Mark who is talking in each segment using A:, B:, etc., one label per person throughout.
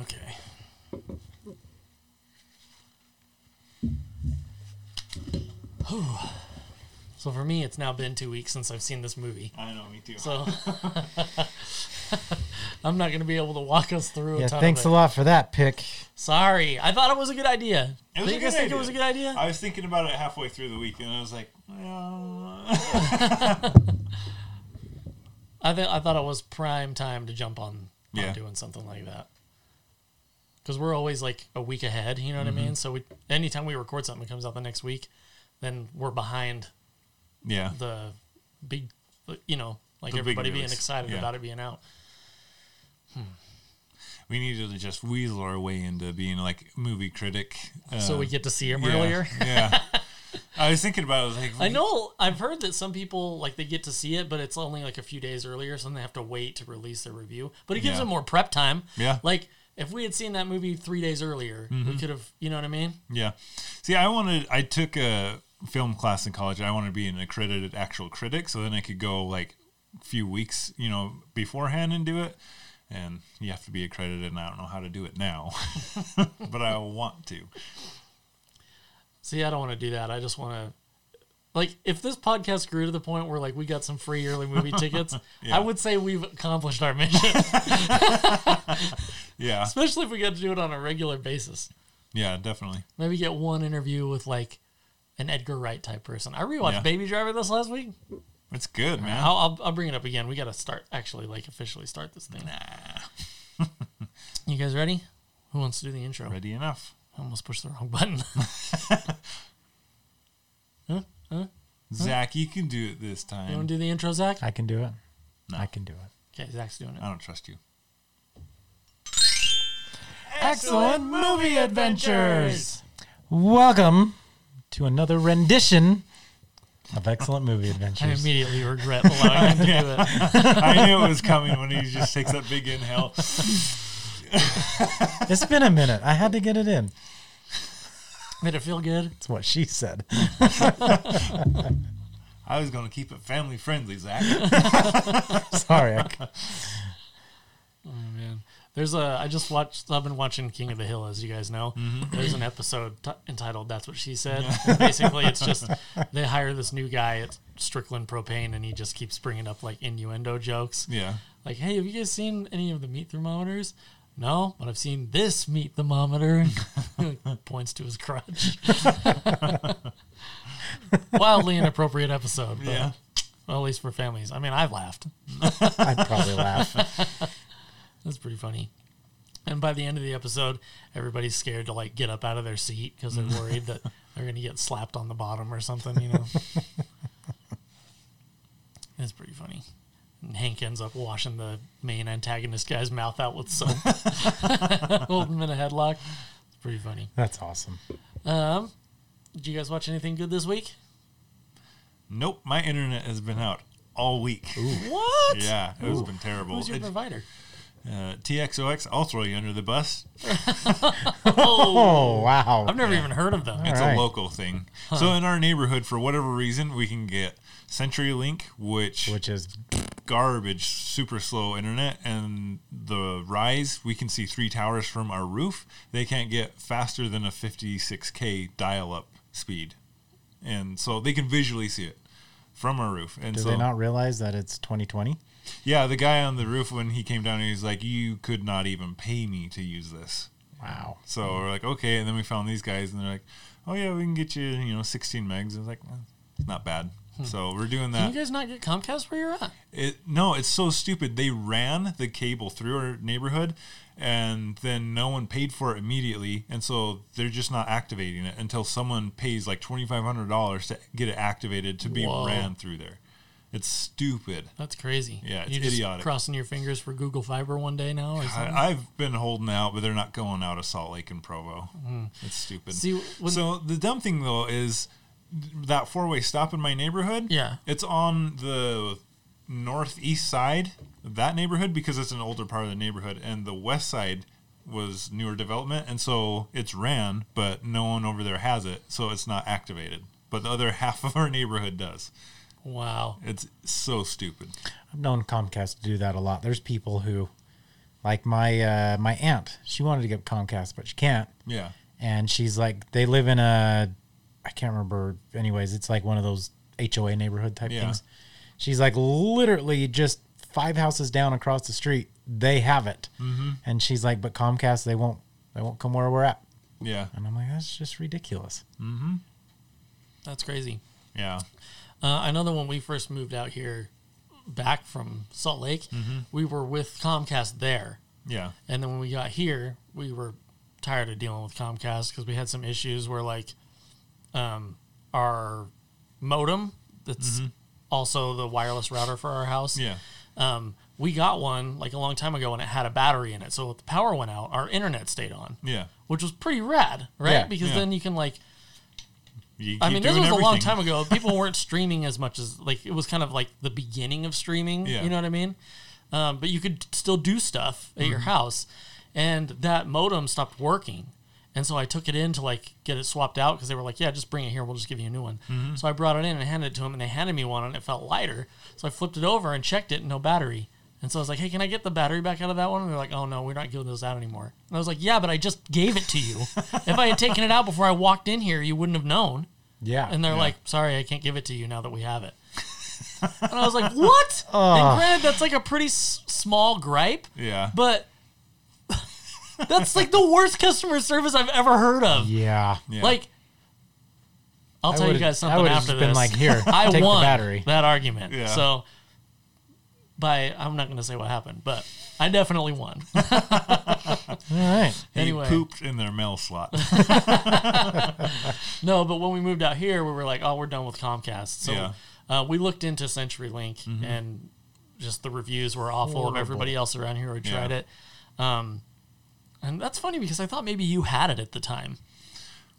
A: Okay. Whew. So for me, it's now been two weeks since I've seen this movie.
B: I know, me too.
A: So I'm not going to be able to walk us through.
C: Yeah,
A: a ton
C: thanks
A: of
C: a
A: it.
C: lot for that pick.
A: Sorry, I thought it was a good idea.
B: It was
A: Do
B: a
A: you guys
B: good
A: think it was a good idea?
B: I was thinking about it halfway through the week, and I was like, well,
A: I think I thought it was prime time to jump on,
B: Yeah.
A: on doing something like that. Because we're always like a week ahead, you know
B: Mm-hmm.
A: what I mean? So we, anytime we record something that comes out the next week, then we're behind
B: yeah,
A: the big, you know, like
B: The big
A: everybody being
B: release.
A: excited
B: Yeah.
A: about it being out.
B: we needed to just weasel our way into being like movie critic. Uh,
A: so we get to see him
B: yeah,
A: earlier.
B: yeah, I was thinking about it. I was like,
A: I know I've heard that some people like they get to see it, but it's only like a few days earlier, so then they have to wait to release their review. But it gives
B: Yeah.
A: them more prep time.
B: Yeah. Mm-hmm.
A: Like if we had seen that movie three days earlier, we could have, you know what I mean?
B: Yeah. See, I wanted, I took a film class in college. I wanted to be an accredited actual critic. So then I could go like a few weeks, you know, beforehand and do it. And you have to be accredited, and I don't know how to do it now, but I want to.
A: See, I don't want to do that. I just want to. Like, if this podcast grew to the point where like we got some free early movie tickets, I would say we've accomplished our mission.
B: Yeah.
A: Especially if we got to do it on a regular basis.
B: Yeah, definitely.
A: Maybe get one interview with like an Edgar Wright type person. I rewatched
B: Yeah.
A: Baby Driver this last week.
B: It's good, man.
A: I'll, I'll, I'll bring it up again. We got to start actually like officially start this thing. you guys ready? Who wants to do the intro?
B: Ready enough.
A: I almost pushed the wrong button.
B: Zach, you can do it this
A: you want
B: time.
A: to do the intro, Zach?
C: I can do it.
B: No.
C: I can do it.
A: Okay, Zach's doing it.
B: I don't trust you.
C: Excellent movie adventures. Welcome to another rendition of excellent movie
A: I
C: adventures.
A: immediately regret allowing him to do it.
B: I knew it was coming when he just takes that big inhale.
C: it's been a minute. I had to get it in.
A: Made it feel good.
C: That's what she said.
B: I was going to keep it family friendly, Zach.
C: Sorry. I c-
A: Oh, man. There's a. I just watched. I've been watching King of the Hill, as you guys know. There's an episode t- entitled "That's What She Said." Basically, it's just they hire this new guy at Strickland Propane, and he just keeps bringing up like innuendo jokes.
B: Yeah.
A: Like, hey, have you guys seen any of the meat thermometers? No, but I've seen this meat thermometer. Points to his crotch. Wildly inappropriate episode. But,
B: Yeah.
A: Well, at least for families. I mean, I've laughed.
C: I'd probably laugh.
A: That's pretty funny. And by the end of the episode, everybody's scared to like get up out of their seat because they're worried that they're going to get slapped on the bottom or something. You know, that's pretty funny. And Hank ends up washing the main antagonist guy's mouth out with soap, holding him in a headlock. It's pretty funny.
C: That's awesome.
A: Um, did you guys watch anything good this week?
B: Nope, my internet has been out all week.
A: What?
B: Yeah, it has been terrible.
A: Who's your
B: It-
A: provider?
B: uh, TXOX, I'll throw you under the bus.
A: Oh,
C: Oh, wow.
A: I've never even heard of them.
B: It's
C: right.
B: a local thing. So in our neighborhood, for whatever reason, we can get CenturyLink, which,
C: Which is
B: garbage, super slow internet, and the rise. We can see three towers from our roof. They can't get faster than a 56k dial-up speed, and so they can visually see it from our roof. And
C: Do
B: so
C: they not realize that it's 2020?
B: Yeah, the guy on the roof when he came down, he was like, "You could not even pay me to use this."
C: Wow.
B: So we're like, "Okay," and then we found these guys, and they're like, "Oh yeah, we can get you, you know, 16 megs." I was like, "Eh, "It's not bad."
C: Hmm.
B: So we're
A: Can
B: doing that.
A: you guys not get Comcast where you're at?
B: It, no, it's so stupid. They ran the cable through our neighborhood, and then no one paid for it immediately, and so they're just not activating it until someone pays like twenty five hundred dollars to get it activated to be
A: Whoa.
B: ran through there. It's stupid.
A: That's crazy.
B: Yeah, it's
A: You're just
B: idiotic.
A: Crossing your fingers for Google Fiber one day now. Or something?
B: I, I've been holding out, but they're not going out of Salt Lake and Provo. It's stupid.
A: Hmm. See, when-
B: so the dumb thing though is that four-way stop in my neighborhood.
A: Yeah.
B: it's on the northeast side of that neighborhood because it's an older part of the neighborhood, and the west side was newer development, and so it's ran, but no one over there has it, so it's not activated. But the other half of our neighborhood does.
A: wow.
B: It's so stupid.
C: I've known Comcast to do that a lot. There's people who Like my uh, my aunt, she wanted to get Comcast, but she can't.
B: Yeah.
C: And she's like, they live in a, I can't remember. Anyways, it's like one of those HOA neighborhood type
B: Yeah.
C: things. She's like, literally just five houses down across the street, they have it. Mm-hmm. And she's like, but Comcast, they won't, they won't come where we're at.
B: Yeah.
C: And I'm like, that's just ridiculous.
A: That's crazy.
B: Yeah.
A: Uh, I know that when we first moved out here, back from Salt Lake,
B: Mm-hmm.
A: we were with Comcast there,
B: Yeah.
A: and then when we got here, we were tired of dealing with Comcast because we had some issues where like, um, our modem that's also the wireless router for our house.
B: Mm-hmm. Yeah.
A: Um, we got one like a long time ago, and it had a battery in it. So if the power went out, our internet stayed on,
B: Yeah.
A: which was pretty rad, right?
C: Yeah,
A: because
B: yeah.
A: then you can like
B: You
A: I
B: keep
A: mean, this
B: doing
A: was a long
B: everything.
A: time ago. People weren't streaming as much as like it was kind of like the beginning of streaming.
B: Yeah.
A: You know what I mean? Um, but you could still do stuff at
B: Mm-hmm.
A: your house, and that modem stopped working. And so I took it in to like get it swapped out because they were like, "Yeah, just bring it here. We'll just give you a new one."
B: Mm-hmm.
A: So I brought it in and handed it to them, and they handed me one, and it felt lighter. So I flipped it over and checked it, no battery. And so I was like, "Hey, can I get the battery back out of that one?" And they're like, "Oh no, we're not giving those out anymore." And I was like, "Yeah, but I just gave it to you. if I had taken it out before I walked in here, you wouldn't have known."
C: Yeah.
A: And they're like, sorry, I can't give it to you now that we have it. and I was like, what? And granted, that's like a pretty s- small gripe,
B: Yeah.
A: but that's like the worst customer service I've ever heard of.
C: yeah.
B: Yeah.
A: Like, I'll
C: I
A: tell you
C: would've-
A: guys
C: I
A: something
C: would've
A: after
C: just
A: this.
C: been like, "Here,
A: I
C: take the
A: won
C: battery."
A: that argument.
B: Yeah.
A: So, by I'm not going to say what happened, but I definitely won.
C: All right.
B: he
A: anyway.
B: pooped in their mail slot.
A: No, but when we moved out here, we were like, oh, we're done with Comcast. So
B: Yeah. Mm-hmm.
A: uh, we looked into CenturyLink, and just the reviews were awful of everybody else around here who tried
B: Yeah.
A: it. Um, and that's funny because I thought maybe you had it at the time.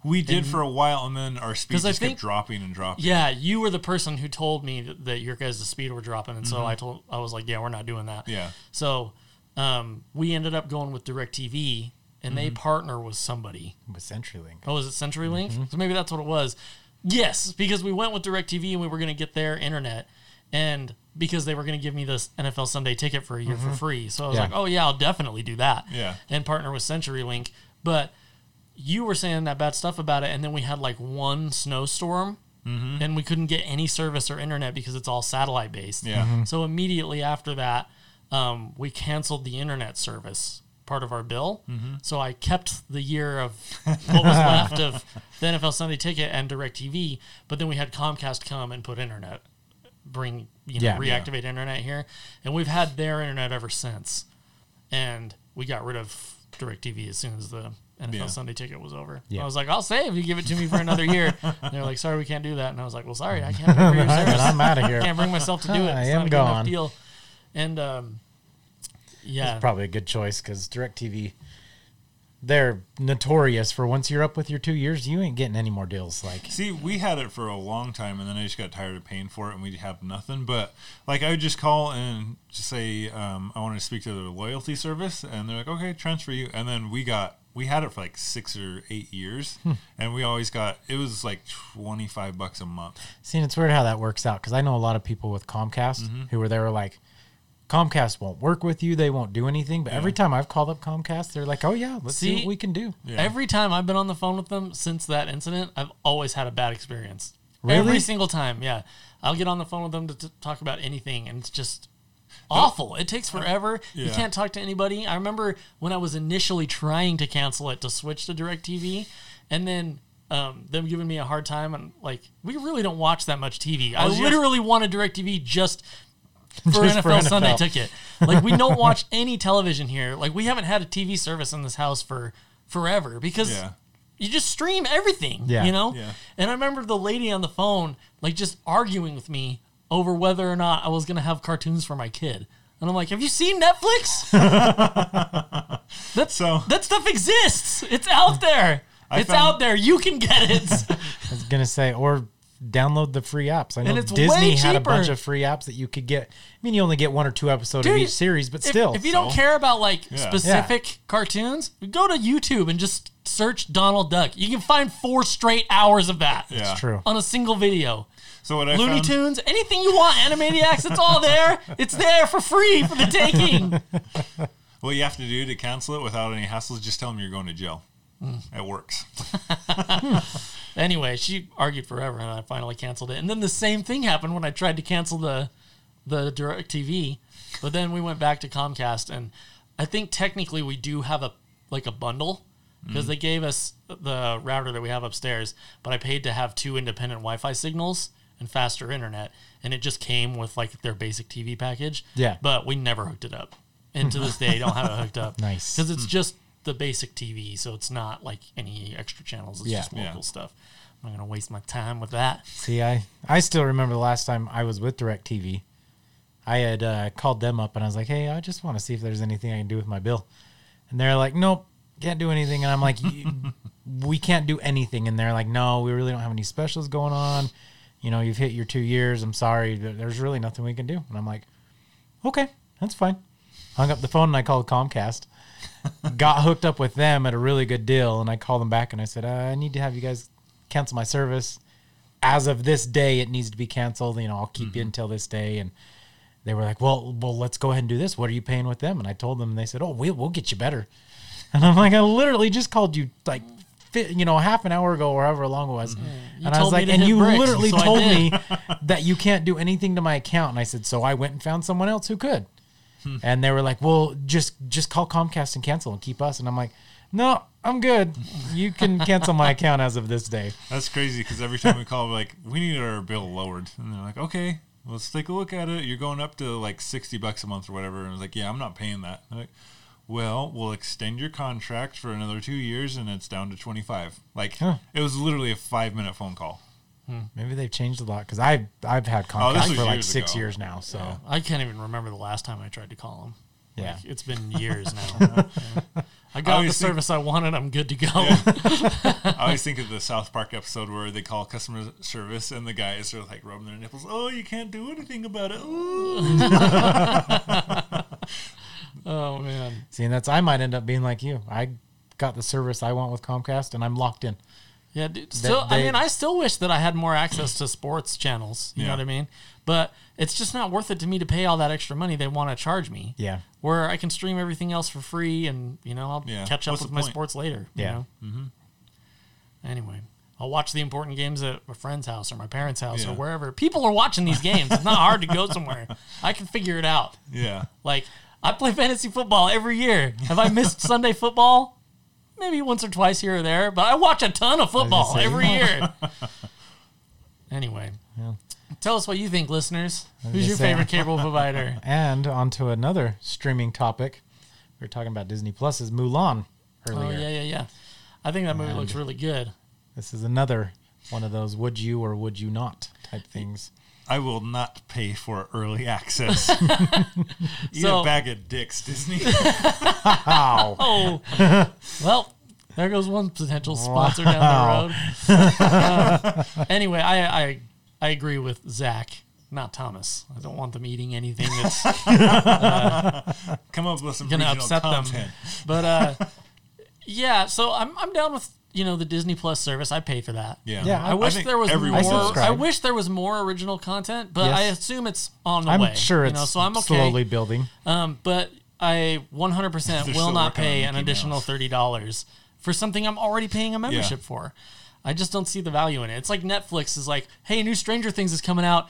B: We did for a while, and then our speed
A: 'Cause I
B: just
A: think-
B: kept dropping and dropping.
A: Yeah, you were the person who told me that, that your guys' speed were dropping, and so I told I was like, yeah, we're not doing that.
B: Mm-hmm. Yeah.
A: So um, we ended up going with DirecTV, and
B: Mm-hmm.
A: they partner with somebody.
C: With CenturyLink.
A: Oh, is it CenturyLink? So maybe that's what it was. Yes, because we went with DirecTV and we were going to get their internet, and because they were going to give me this NFL Sunday ticket for a year for free, so I was
C: Yeah.
A: like, oh yeah, I'll definitely do that.
B: Yeah.
A: and partner with CenturyLink. But you were saying that bad stuff about it, and then we had like one snowstorm, and we couldn't get any service or internet because it's all satellite based.
B: Yeah. Mhm.
A: So immediately after that, um, we canceled the internet service part of our bill. So I kept the year of what was left of the NFL Sunday Ticket and DirecTV, but then we had Comcast come and put internet, bring you know
C: Yeah.
A: reactivate internet here, and we've had their internet ever since. And we got rid of DirecTV as soon as the NFL
B: Yeah.
A: Sunday Ticket was over.
C: Yeah.
A: I was like, I'll stay if you give it to me for another year. and they're like, sorry, we can't do that. And I was like, well, sorry, I can't pay for your service.
C: And I'm out of
A: I
C: here.
A: can't bring myself to do it.
C: I
A: It's
C: am
A: not a good enough
C: gone.
A: deal. And um, yeah,
C: Probably a good choice because DirecTV, they're notorious for once you're up with your two years, you ain't getting any more deals. Like,
B: See, we had it for a long time, and then I just got tired of paying for it, and we'd have nothing. But like, I would just call and just say, um, "I want to speak to the loyalty service," and they're like, "Okay, transfer you." And then we got we had it for like six or eight years,
A: Hmm.
B: and we always got it was like twenty five bucks a month.
C: see, and it's weird how that works out because I know a lot of people with Comcast
A: Mm-hmm.
C: who were there like, Comcast won't work with you. They won't do anything. But every time I've called up Comcast, they're like, oh, yeah, let's see,
A: See?
C: what we can do.
B: Yeah.
A: Every time I've been on the phone with them since that incident, I've always had a bad experience. Every
C: Really?
A: single time, yeah. I'll get on the phone with them to t- talk about anything, and it's just awful. It takes forever. You
B: Yeah.
A: can't talk to anybody. I remember when I was initially trying to cancel it to switch to DirecTV, and then. Um, them giving me a hard time and like we really don't watch that much TV. I
B: was just-
A: literally wanted DirecTV just for
C: Just
A: NFL,
C: for
A: Sunday
C: NFL.
A: Ticket. Like we don't watch any television here. Like we haven't had a TV service in this house for forever because
B: Yeah.
A: you just stream everything.
C: Yeah.
A: You know.
B: Yeah.
A: And I remember the lady on the phone like just arguing with me over whether or not I was gonna have cartoons for my kid. And I'm like, have you seen Netflix? that,
B: So-
A: that stuff exists. It's out there. it's
B: found-
A: out there. You can get it.
C: I was going to say, or download the free apps. I know
A: And it's way
C: Disney had a bunch
A: cheaper.
C: of free apps that you could get. I mean, you only get one or two episodes of
A: Dude,
C: each series, but
A: if,
C: still.
A: if you don't care about like
B: Yeah.
A: specific cartoons, go to YouTube and just search Donald Duck. You can find four straight hours of that
B: Yeah,
C: It's true.
A: on a single video.
B: So what I
A: Looney
B: found,
A: Tunes, anything you want, Animaniacs, it's all there. It's there for free for the taking.
B: What you have to do to cancel it without any hassles, just tell them you're going to jail. It works.
A: Anyway, she argued forever, and I finally canceled it. And then the same thing happened when I tried to cancel the the Direct TV, but then we went back to Comcast, and I think technically we do have a like a bundle because
C: Mm.
A: they gave us the router that we have upstairs, but I paid to have two independent Wi-Fi signals and faster internet, and it just came with like their basic TV package.
C: Yeah.
A: but we never hooked it up, and to this day I don't have it hooked up.
C: Nice. Hmm.
A: because it's just the basic TV, so it's not like any extra channels. It's
C: Yeah.
A: just local
B: Yeah.
A: stuff. I'm not gonna waste my time with that.
C: See, I I still remember the last time I was with DirecTV. I had uh, called them up and I was like, "Hey, I just want to see if there's anything I can do with my bill," and they're like, "Nope, can't do anything." And I'm like, "You- "We can't do anything," and they're like, "No, we really don't have any specials going on. You know, you've hit your two years. I'm sorry, there- there's really nothing we can do." And I'm like, "Okay, that's fine." Hung up the phone and I called Comcast. Got hooked up with them at a really good deal, and I called them back and I said, uh, "I need to have you guys cancel my service." as of this day it needs to be canceled you know i'll keep you
A: Mm-hmm.
C: until this day and they were like well well let's go ahead and do this what are you paying with them and i told them and they said oh we'll, we'll get you better and i'm like i literally just called you like fi- you know half an hour ago or however long it was and i
A: Mm-hmm. told
C: was
A: me
C: like
A: to
C: and
A: hit
C: you
A: bricks,
C: literally
A: so I
C: told
A: did.
C: me that you can't do anything to my account and i said so i went and found someone else who could
A: Hmm.
C: and they were like well just just call comcast and cancel and keep us and i'm like no i'm good you can cancel my account as of this day
B: That's crazy because every time we call, we're like, we need our bill lowered. And they're like, okay, let's take a look at it. You're going up to like 60 bucks a month or whatever. And I was like, yeah, I'm not paying that. They're like, well, we'll extend your contract for another two years and it's down to 25. Like,
C: Huh.
B: it was literally a five minute phone call.
C: Maybe they've changed a lot because I've I've had Comcast
B: Oh, was
C: for like
B: years
C: six
B: ago.
C: years now. So
A: I can't even remember the last time I tried to call them.
C: Yeah.
A: Like, it's been years now. Yeah. I got the
B: always think-
A: service I wanted. I'm good to go.
B: I always think of the South Park episode where they call customer service and the guys are like rubbing their nipples. Oh, you can't do anything about it. Ooh.
A: Oh man,
C: see, and that's I might end up being like you. I got the service I want with Comcast, and I'm locked in.
A: yeah. Dude, still, I
C: they-
A: mean, I still wish that I had more access to sports channels. You know
B: Yeah.
A: what I mean? But it's just not worth it to me to pay all that extra money they want to charge me.
C: Yeah.
A: Where I can stream everything else for free, and you know I'll
B: Yeah.
A: catch up
B: What's
A: with
B: the
A: my
B: point?
A: sports later.
C: Yeah.
A: You know? mm-hmm. Anyway, I'll watch the important games at my friend's house or my parents' house
B: Yeah.
A: or wherever. People are watching these games. It's not hard to go somewhere. I can figure it out.
B: Yeah.
A: Like I play fantasy football every year. Have I missed Sunday football? Maybe once or twice here or there, but I watch a ton of football
C: say-
A: every year. anyway,
C: Yeah.
A: tell us what you think, listeners. Who's
C: gonna
A: your
C: say-
A: favorite cable provider?
C: And onto another streaming topic. We were talking about Disney Plus's Mulan earlier.
A: Oh yeah, yeah, yeah. I think that movie looks really good.
C: This is another one of those would you or would you not type things.
B: I will not pay for early access. Eat
A: So-
B: a bag of dicks, Disney.
C: Ow.
A: Oh, well, there goes one potential sponsor down the road. Uh, anyway, I, I I agree with Zach, not Thomas. I don't want them eating anything that's
B: Come up with some
A: gonna
B: regional
A: upset
B: content.
A: them. But uh, yeah, so I'm I'm down with you know the Disney Plus service. I pay for that.
B: Yeah,
C: Yeah,
A: I wish
B: think
A: there was more.
B: everyone does.
A: I,
C: subscribe.
A: wish there was more original content, but
C: Yes.
A: I assume it's on the
C: I'm
A: way.
C: sure
A: you
C: it's
A: know, so I'm okay.
C: slowly building.
A: Um, but I 100 percent
B: They're
A: will
B: still
A: not
B: working on
A: pay an
B: Mickey
A: additional
B: Mouse.
A: thirty dollars for something I'm already paying a membership for. I just don't see the value in it. It's like Netflix is like, hey, new Stranger Things is coming out.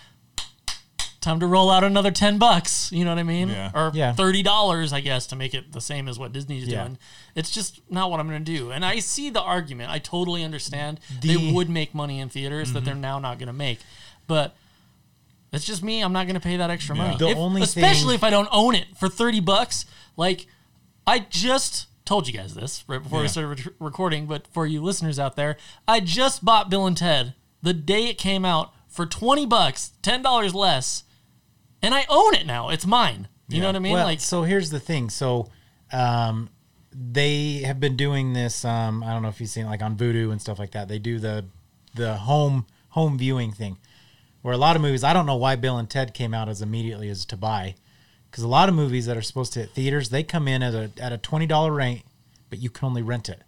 A: Time to roll out another ten bucks. You know what I mean?
B: Yeah.
A: Or
C: Yeah.
A: thirty dollars, I guess, to make it the same as what Disney's
C: Yeah.
A: doing. It's just not what I'm going to do. And I see the argument. I totally understand
C: The-
A: they would make money in theaters that they're now not going to make, but it's just me. I'm not going to pay that extra
B: Yeah.
A: money.
C: The
A: If-
C: only
A: especially
C: thing-
A: if I don't own it for 30 bucks. Like, I just told you guys this right before we
B: Yeah.
A: started re- recording, but for you listeners out there, I just bought Bill and Ted the day it came out for 20 bucks, $10 less, and I own it now. It's mine. You know what I mean?
C: Well,
A: like,
C: so here's the thing. So, um, they have been doing this. Um, I don't know if you've seen it, like on Vudu and stuff like that. They do the the home home viewing thing, where a lot of movies. I don't know why Bill and Ted came out as immediately as to buy, because a lot of movies that are supposed to hit theaters they come in at a at a twenty dollar rate, but you can only rent it,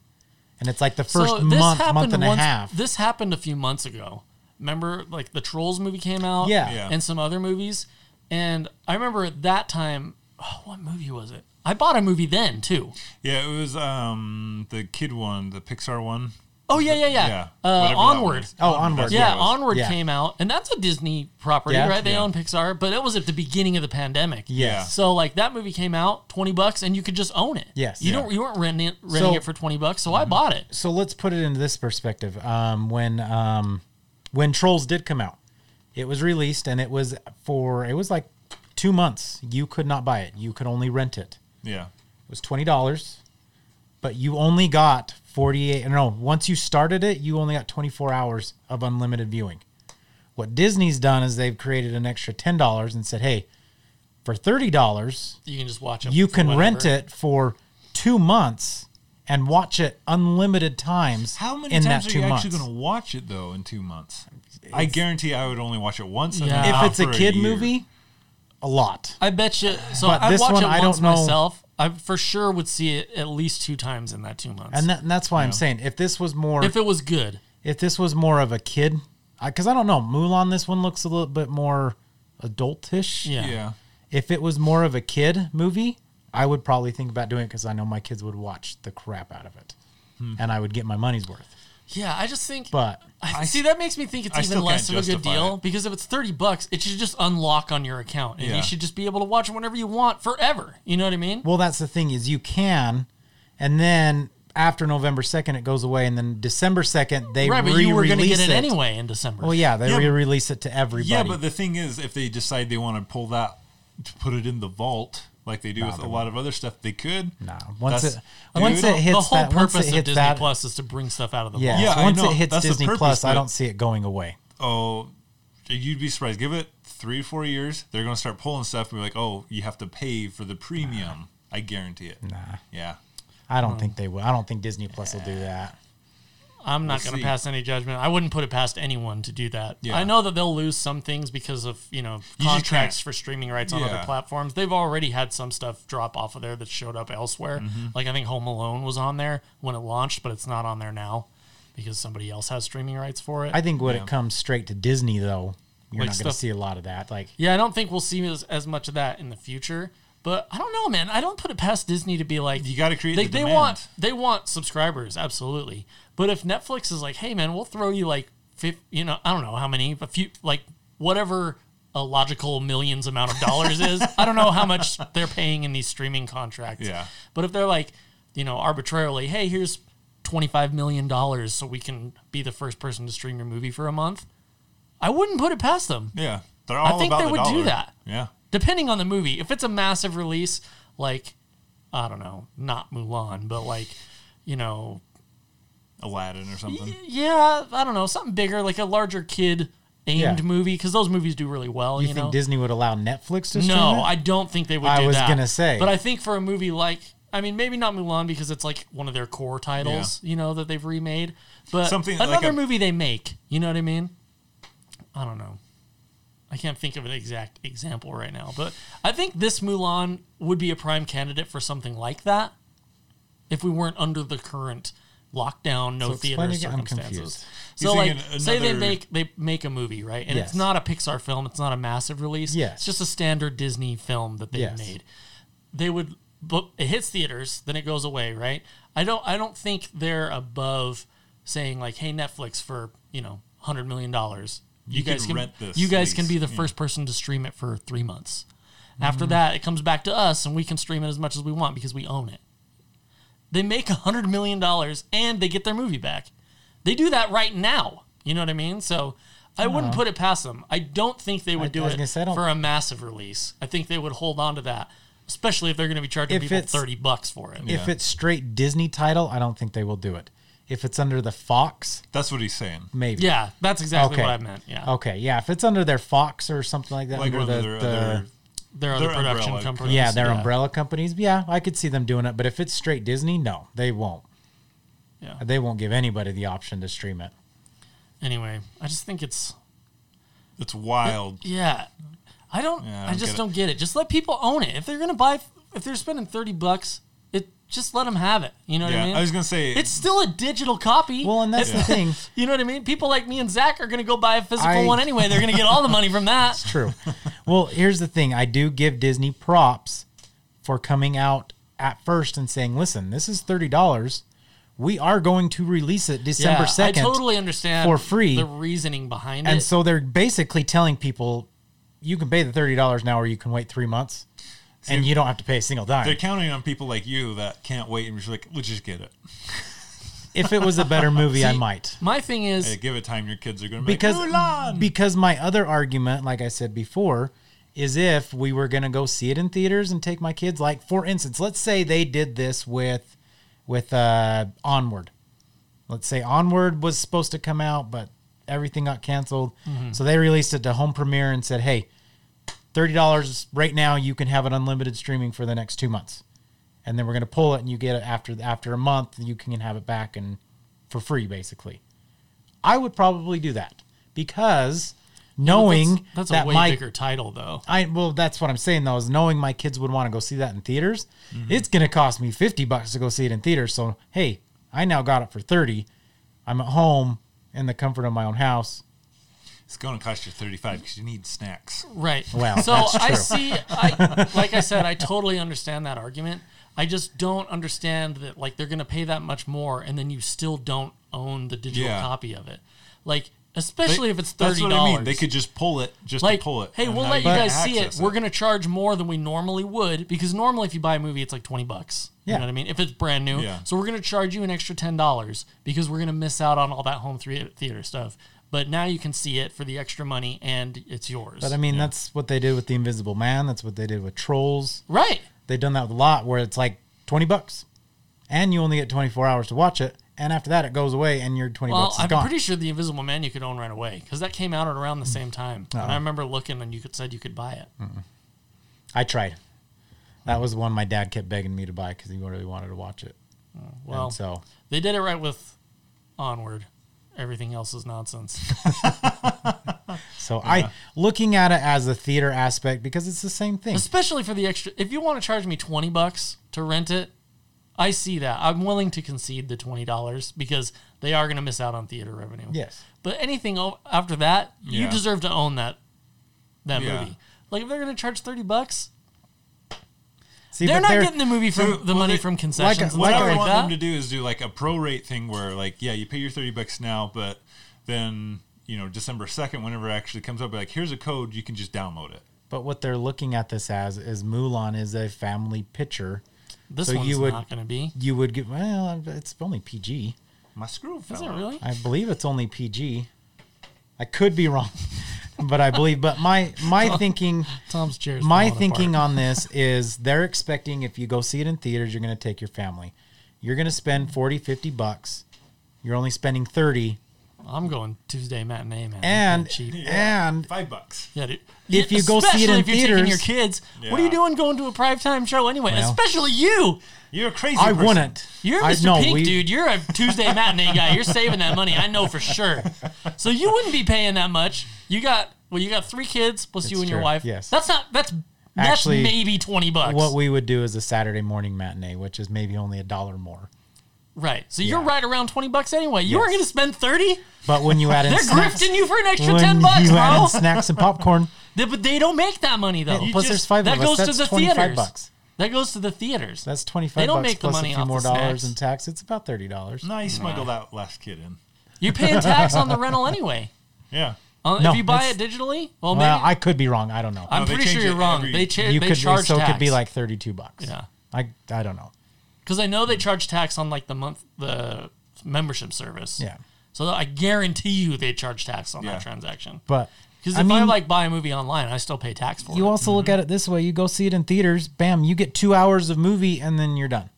C: and it's like the first month month and
A: once-
C: a half.
A: This happened a few months ago. Remember, like the Trolls movie came out,
C: Yeah.
B: Yeah.
A: and some other movies. And I remember at that time, oh, what movie was it? I bought a movie then too.
B: Yeah, it was um the kid one, the Pixar one.
A: Oh yeah, yeah, yeah. Uh,
B: whatever that
A: Onward.
B: was.
C: Oh, Onward.
B: that's
A: Yeah,
B: what it was.
A: Onward
C: Yeah.
A: came out, and that's a Disney property,
C: Yeah.
A: right? They
B: Yeah.
A: own Pixar, but it was at the beginning of the pandemic.
B: Yeah.
A: So like that movie came out, twenty bucks, and you could just own it.
C: Yes.
A: You
C: Yeah.
A: don't you weren't renting it, renting
C: So- Mhm.
A: it for twenty bucks, so I bought it.
C: so let's put it into this perspective. Um, when um, when Trolls did come out, it was released and it was for it was like two months. You could not buy it. You could only rent it.
B: Yeah.
C: It was twenty dollars, but you only got forty eight. No, once you started it, you only got twenty four hours of unlimited viewing. What Disney's done is they've created an extra ten dollars and said, "Hey, for thirty dollars,
A: You can just watch it.
C: you
A: for
C: can
A: whatever.
C: rent it for two months and watch it unlimited times.
B: How many
C: in
B: times
C: that
B: are
C: two
B: you
C: months.
B: actually going to watch it though in two months? I guarantee I would only watch it once. and
A: Yeah.
B: not
C: If it's a
B: for
C: kid
B: year.
C: movie, a lot.
A: I bet you. So
C: But
A: I
C: this
A: watch
C: one,
A: it
C: I don't
A: once
C: know.
A: myself. I for sure would see it at least two times in that two months.
C: And, that, and that's why I'm saying if this was more
A: if
C: if,
A: it was good,
C: this was more of a kid, because I, don't know Mulan. This one looks a little bit more adultish.
A: yeah.
B: yeah,
C: If it was more of a kid movie, I would probably think about doing it because I know my kids would watch the crap out of it,
B: Hmm.
C: and I would get my money's worth.
A: Yeah, I just think.
C: But
A: I, see, that makes me think it's
B: I
A: even
B: still
A: less of
B: can't
A: a good
B: justify
A: deal
B: it.
A: because if it's thirty bucks, it should just unlock on your account, and
B: Yeah.
A: you should just be able to watch it whenever you want, forever. You know what I mean?
C: Well, that's the thing is you can, and then after November second it goes away, and then December second they
A: right, but
C: re-release
A: you were going to get it,
C: it
A: anyway in December.
C: Well, yeah, they
B: Yeah, but-
C: re-release it to everybody.
B: yeah. But the thing is, if they decide they want to pull that to put it in the vault like they do with a lot of other stuff, they could.
C: no, once
B: That's-
C: it once
B: Dude,
C: it hits
A: the whole
C: that once
A: purpose
C: it
A: of
C: hits
A: Disney
C: that
A: Plus is to bring stuff out of the
C: yeah,
A: vault.
B: Yeah,
C: so
B: I
C: once
B: know,
C: it hits
B: that's the
C: Disney
B: purpose,
C: Plus, I
B: but-
C: don't see it going away.
B: oh, you'd be surprised. Give it three, four years, they're going to start pulling stuff and be like, oh, you have to pay for the premium. I guarantee it.
C: Nah,
B: Yeah.
C: I don't think they will. I don't think Disney Plus will do that.
A: I'm not
B: We'll
A: going
B: see.
A: to pass any judgment. I wouldn't put it past anyone to do that.
B: Yeah.
A: I know that they'll lose some things because of you know
B: You just
A: contracts
B: can't.
A: for streaming rights on
B: Yeah.
A: other platforms. They've already had some stuff drop off of there that showed up elsewhere.
B: Mm-hmm.
A: Like I think Home Alone was on there when it launched, but it's not on there now because somebody else has streaming rights for it.
C: I think when it comes straight to Disney though, you're
A: Like
C: not going
A: stuff-
C: to see a lot of that. Like
A: yeah, I don't think we'll see as, as much of that in the future. But I don't know, man. I don't put it past Disney to be like
B: You got to create
A: they,
B: the
A: they
B: demand.
A: want they want subscribers absolutely but if netflix is like hey man we'll throw you like fif- you know i don't know how many a few like whatever a logical millions amount of dollars is i don't know how much they're paying in these streaming contracts
B: Yeah.
A: but if they're like you know arbitrarily hey here's 25 million dollars so we can be the first person to stream your movie for a month i wouldn't put it past them
B: Yeah. They're all
A: think
B: about
A: they
B: the
A: would do
B: dollar.
A: that.
B: Yeah.
A: depending on the movie. If it's a massive release, like I don't know, not Mulan, but like you know,
B: Aladdin or something.
A: yeah, I don't know, something bigger, like a larger kid aimed
C: Yeah.
A: movie, because those movies do really well.
C: you,
A: You,
C: think
A: know,
C: Disney would allow Netflix to stream
A: no,
C: it?
A: I don't think they would.
C: I
A: do
C: was
A: that.
C: gonna say.
A: but I think for a movie like, I mean, maybe not Mulan because it's like one of their core titles, you know, that they've remade. But
B: Something like
A: another
B: a-
A: movie they make, you know what I mean? I don't know. I can't think of an exact example right now, but I think this Mulan would be a prime candidate for something like that if we weren't under the current lockdown, no
C: So explain
A: theater
C: again, I'm
A: circumstances.
C: confused.
A: So,
B: You're
A: like,
B: thinking
A: say they
B: another-
A: make they make a movie, right? And
C: Yes.
A: it's not a Pixar film, it's not a massive release.
C: Yes.
A: it's just a standard Disney film that they
C: Yes.
A: made. They would, but it hits theaters, then it goes away, right? I don't, I don't think they're above saying like, hey, Netflix for you know, hundred million dollars.
B: You can rent this
A: You guys can
B: lease.
A: be the first person to stream it for three months. After
C: Mm-hmm.
A: that, it comes back to us, and we can stream it as much as we want because we own it. They make a hundred million dollars and they get their movie back. They do that right now. You know what I mean? So I wouldn't put it past them. I don't think they would do
C: I was
A: it
C: gonna say, I don't-
A: for a massive release. I think they would hold on to that, especially if they're going to be charging
C: If
A: people
C: it's-
A: thirty bucks for it.
C: If it's straight Disney title, I don't think they will do it. If it's under the Fox,
B: That's what he's saying.
C: maybe.
A: yeah, that's exactly
C: Okay.
A: what I meant. Yeah,
C: Okay, yeah. If it's under their Fox or something like that,
B: Like
C: under
B: one
C: the,
B: of
A: uh,
B: their
C: the-
B: other.
A: their other
B: Their
A: production
B: umbrella
A: companies.
B: companies.
C: yeah their umbrella companies, yeah, I could see them doing it. But if it's straight Disney, no, they won't.
A: Yeah.
C: They won't give anybody the option to stream it.
A: Anyway, I just think it's
B: It's wild.
A: Yeah. I don't,
B: Yeah, I
A: I,
B: don't
A: just
B: get it.
A: don't get it. Just let people own it. If they're going to buy, if they're spending 30 bucks, it just let them have it. You know what I
B: Yeah.
A: mean?
B: I was gonna say
A: it's still a digital copy.
C: Well, and that's the thing.
A: you know what I mean? People like me and Zach are going to go buy a physical
C: I-
A: one anyway. They're going to get all the money from that.
C: It's true. well, here's the thing. I do give Disney props for coming out at first and saying, "Listen, this is thirty dollars. We are going to release it December
A: Yeah, I
C: second
A: totally understand
C: for free.
A: the reasoning behind
C: And
A: it.
C: so they're basically telling people, you can pay the thirty dollars now, or you can wait three months, and you don't have to pay a single
B: They're
C: dime.
B: counting on people like you that can't wait and you're just like, let's just get it.
C: If it was a better movie, I
A: See,
C: might.
A: My thing
B: Hey,
A: is,
B: give it time. Your kids are going to be
C: Because
B: like, "Mulan!"
C: because my other argument, like I said before, is if we were gonna go see it in theaters and take my kids, like for instance, let's say they did this with with uh, Onward. Let's say Onward was supposed to come out, but everything got canceled, so they released it to home premiere and said, "Hey, thirty dollars right now. You can have it unlimited streaming for the next two months, and then we're gonna pull it, and you get it after after a month. You can have it back and for free, basically. I would probably do that because knowing
A: that's, that's
C: that
A: a way
C: my
A: bigger title though.
C: I well, that's what I'm saying though is knowing my kids would want to go see that in theaters.
A: Mm-hmm.
C: It's gonna cost me fifty bucks to go see it in theaters. So hey, I now got it for thirty. I'm at home in the comfort of my own house.
B: it's going to cost you 35 because you need snacks.
A: Right.
C: Well,
A: so
C: that's
A: I
C: true.
A: see. I like I said, I totally understand that argument. I just don't understand that like they're going to pay that much more, and then you still don't own the digital
B: Yeah.
A: copy of it. Like, especially if it's
B: That's
A: thirty
B: what I
A: dollars.
B: mean. They could just pull it, just
A: like
B: to pull it.
A: Hey,
B: and
A: we'll
B: now
A: let you
B: can
A: guys see it.
B: access
A: We're going to charge more than we normally would because normally if you buy a movie, it's like twenty bucks.
C: Yeah.
A: You know what I mean? If it's brand new,
B: Yeah.
A: so we're going to charge you an extra ten dollars because we're going to miss out on all that home thre- theater stuff. But now you can see it for the extra money, and it's yours.
C: But I mean, that's what they did with the Invisible Man. That's what they did with Trolls.
A: right.
C: They've done that with a lot where it's like twenty bucks, and you only get twenty four hours to watch it, and after that it goes away, and your twenty
A: Well,
C: bucks is
A: I'm
C: gone.
A: pretty sure the Invisible Man you could own right away because that came out at around the same time, and I remember looking and you could said you could buy it.
C: I tried. That was one my dad kept begging me to buy because he really wanted to watch it.
A: Well,
C: and so
A: they did it right with Onward. Everything else is nonsense.
C: so I looking at it as a theater aspect because it's the same thing.
A: Especially for the extra. If you want to charge me twenty bucks to rent it, I see that. I'm willing to concede the twenty dollars because they are going to miss out on theater revenue.
C: Yes.
A: But anything o- after that, you
B: Yeah.
A: deserve to own that that
B: Yeah.
A: movie. Like if they're going to charge thirty bucks,
C: See,
A: they're
C: but
A: not getting the movie from
B: Dude,
A: the
B: well,
A: money
B: they-
A: from concessions and
B: What
A: stuff
B: I would
A: like
B: want
A: that.
B: them to do is do like a prorate thing where, like, yeah, you pay your 30 bucks now, but then, you know, December 2nd, whenever it actually comes up, be like, here's a code, you can just download it.
C: But what they're looking at this as is Mulan is a family picture.
A: This
C: So
A: one's
C: you would-
A: not going to be.
C: You would get well, it's only PG.
B: My screw
A: Is
B: fell.
A: it
B: out.
A: really?
C: I believe it's only PG. I could be wrong, but I believe. But my my thinking
A: Tom's chairs.
C: my thinking on this is they're expecting if you go see it in theaters you're going to take your family you're going to spend 40 50 bucks you're only spending 30
A: I'm going Tuesday matinee, man.
C: and
A: Pretty cheap.
C: and
B: Five bucks.
A: Yeah, dude.
C: If you go
A: Especially
C: see it in
A: if you're taking your
C: theaters-
A: kids, what are you
B: Yeah.
A: doing going to a primetime show anyway?
C: Well.
A: Especially you.
B: You're a crazy.
C: i
B: person.
C: wouldn't
A: You're
C: I-
A: Mr.
C: no,
A: Pink,
C: we-
A: dude. You're a Tuesday matinee guy. You're saving that money. I know for sure. So you wouldn't be paying that much. You got well, you got three kids plus you
C: It's
A: and your
C: true,
A: wife.
C: yes.
A: That's not. That's
C: Actually,
A: that's maybe twenty bucks.
C: what we would do is a saturday morning matinee which is maybe only a dollar more
A: right. So you're
C: Yeah.
A: right around twenty bucks anyway. You
C: Yes.
A: weren't going to spend thirty.
C: but when you add in
A: They're
C: snacks,
A: grifting you for an extra
C: when
A: ten bucks,
C: you add
A: bro.
C: in snacks and popcorn
A: They- but they don't make that money though.
C: plus there's five
A: that
C: of us
A: goes
C: that's
A: to the
C: 25
A: theaters.
C: bucks
A: That goes to the theaters.
C: that's
A: They
C: 25
A: don't
C: bucks
A: make the
C: plus
A: money
C: a
A: off
C: few more
A: the
C: dollars
A: snacks.
C: in tax it's about 30 dollars
B: No, you smuggled that last kid in.
A: You're paying tax on the rental anyway.
B: Yeah.
A: Uh,
C: No,
A: if you buy it
C: it's-
A: digitally, well, maybe,
C: well i could be wrong i don't know
A: I'm
B: No, they
A: pretty sure
B: change
A: you're
B: it
A: wrong.
B: every-
A: they cha-
C: you
A: they
C: could
A: charge
C: so
A: tax.
C: it could be like 32 bucks
A: yeah,
C: i i don't know
A: because I know they charge tax on like the month the membership service.
C: yeah
A: So I guarantee you they charge tax on
B: Yeah.
A: that transaction.
C: but
A: Because if
C: I
A: I,
C: mean-
A: like buy a movie online, I still pay tax for
C: you
A: it.
C: also look at it this way you go see it in theaters bam you get two hours of movie and then you're done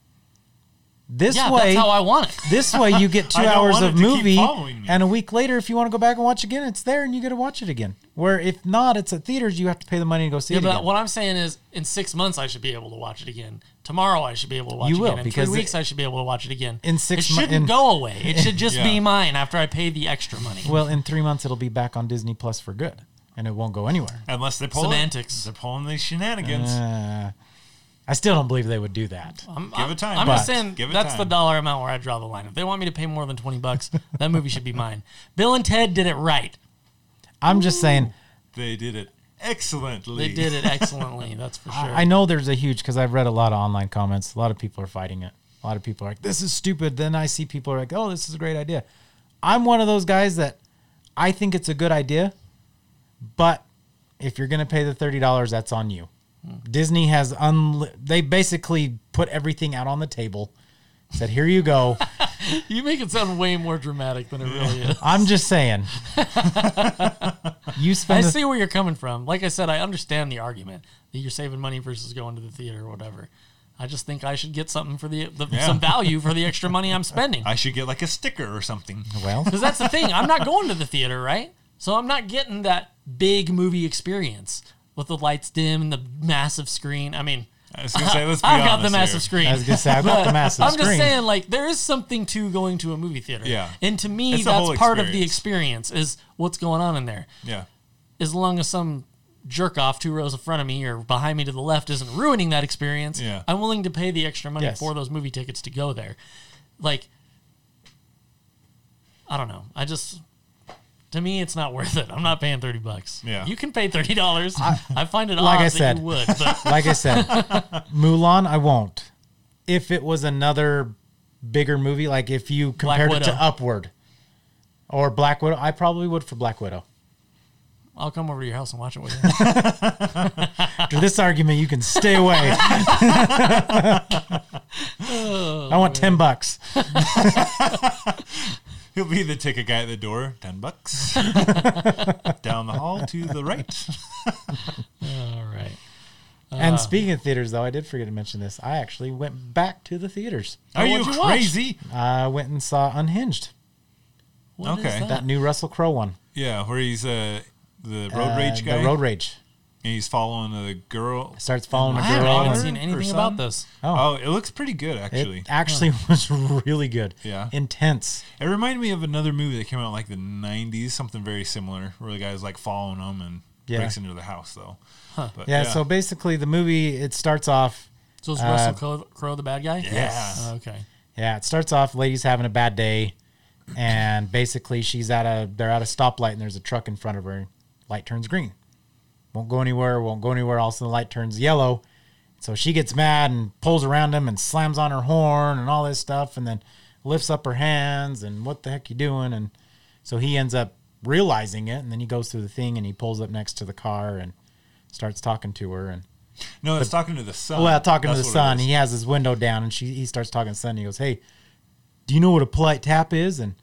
C: this
A: yeah,
C: way
A: that's how I want it.
C: this way you get two
B: I don't
C: hours
B: want
C: of
B: it to keep
C: movie
B: following me.
C: and a week later if you want to go back and watch again it's there and you get to watch it again where if not it's at theaters you have to pay the money to go see
A: Yeah,
C: it
A: but
C: again.
A: what I'm saying is, in six months, I should be able to watch it again. Tomorrow, I should be able to watch
C: You
A: it
C: will,
A: again. In
C: because
A: three weeks,
C: it-
A: I should be able to watch it again.
C: In six
A: it
C: mo-
A: shouldn't
C: in-
A: go away. It should just be
B: Yeah.
A: mine after I pay the extra money.
C: well in three months it'll be back on disney plus for good and it won't go anywhere
B: Unless they pull
A: Semantics.
B: It. They're pulling these shenanigans.
C: Uh, i still don't believe they would do that
A: I'm,
B: Give it time.
A: I'm
B: But-
A: just saying
B: Give it
A: that's the
B: time.
A: dollar amount where I draw the line. If they want me to pay more than twenty bucks, that movie should be mine. Bill and Ted did it right.
C: i'm just saying
B: They did it excellently.
A: They did it excellently. That's for sure.
C: I I know there's a huge because I've read a lot of online comments. A lot of people are fighting it. A lot of people are like, "This is stupid." Then I see people are like, "Oh, this is a great idea." I'm one of those guys that I think it's a good idea, but if you're gonna pay the thirty dollars, that's on you.
A: Hmm.
C: Disney has unli- they basically put everything out on the table. Said, "Here you go."
A: you make it sound way more dramatic than it really is.
C: I'm just saying. you
A: I
C: spend. the-
A: see where you're coming from. Like I said, I understand the argument that you're saving money versus going to the theater or whatever. I just think I should get something for the, the
B: Yeah.
A: some value for the extra money I'm spending.
B: I should get like a sticker or something.
C: well,
A: Because that's the thing. I'm not going to the theater, right? So I'm not getting that big movie experience with the lights dim and the massive screen. I mean,
B: I was gonna say, let's be
A: I've got
B: honest
A: the massive
B: here.
A: screen.
C: I was gonna say I've got the massive
A: I'm
C: screen.
A: just saying, like, there is something to going to a movie theater.
B: Yeah.
A: And to me,
B: It's the
A: that's
B: whole
A: part of the experience is what's going on in there.
B: Yeah.
A: As long as some jerk off two rows in front of me or behind me to the left isn't ruining that experience,
B: Yeah.
A: I'm willing to pay the extra money
C: Yes.
A: for those movie tickets to go there. Like, I don't know. I just. To me, it's not worth it. I'm not paying thirty bucks.
B: Yeah.
A: you can pay thirty dollars. I, find it
C: Like
A: odd
C: I
A: that
C: said.
A: you would, but
C: like I said, Mulan, I won't. If it was another bigger movie, like if you
A: Black
C: compared it to
A: Widow.
C: Upward or Black Widow, I probably would for Black Widow.
A: I'll come over to your house and watch it with you.
C: After this argument, you can stay away. I want ten bucks.
B: He'll be the ticket guy at the door. Ten bucks. Down the hall to the right.
A: All right.
B: Oh,
C: and speaking of theaters, though, I did forget to mention this. I actually went back to the theaters.
B: Are you
A: what'd you watch?
B: crazy?
C: I went and saw Unhinged,
A: What is
B: Okay.
A: that?
C: that new Russell Crowe one.
B: Yeah, where he's uh, the road
C: Uh,
B: rage guy.
C: The road rage
B: and he's following the girl.
C: starts following
A: I
C: a
A: haven't
C: girl.
A: even
C: and-
A: seen
B: or
A: anything
B: something?
A: about this.
C: Oh.
B: Oh. it looks pretty good actually.
C: It actually was really good.
B: Yeah.
C: Intense.
B: It reminded me of another movie that came out in, like the '90s, something very similar, where the guy's like following him and
C: Yeah.
B: breaks into the house though. But,
C: Yeah, So basically, the movie it starts off.
A: So is
C: Uh,
A: Russell Crowe Crowe the bad guy?
B: Yes.
A: Oh, okay.
C: Yeah, it starts off. Lady's having a bad day, and basically she's at a they're at a stoplight and there's a truck in front of her. Light turns green. Won't go anywhere. Won't go anywhere. All of a sudden, the light turns yellow. So she gets mad and pulls around him and slams on her horn and all this stuff, and then lifts up her hands and what the heck you doing? And so he ends up realizing it, and then he goes through the thing and he pulls up next to the car and starts talking to her and.
B: no, it's talking to the son.
C: Well, talking to the
B: That's what it
C: son,
B: is.
C: he has his window down, and she he starts talking to the son. He goes, "Hey, do you know what a polite tap is?" And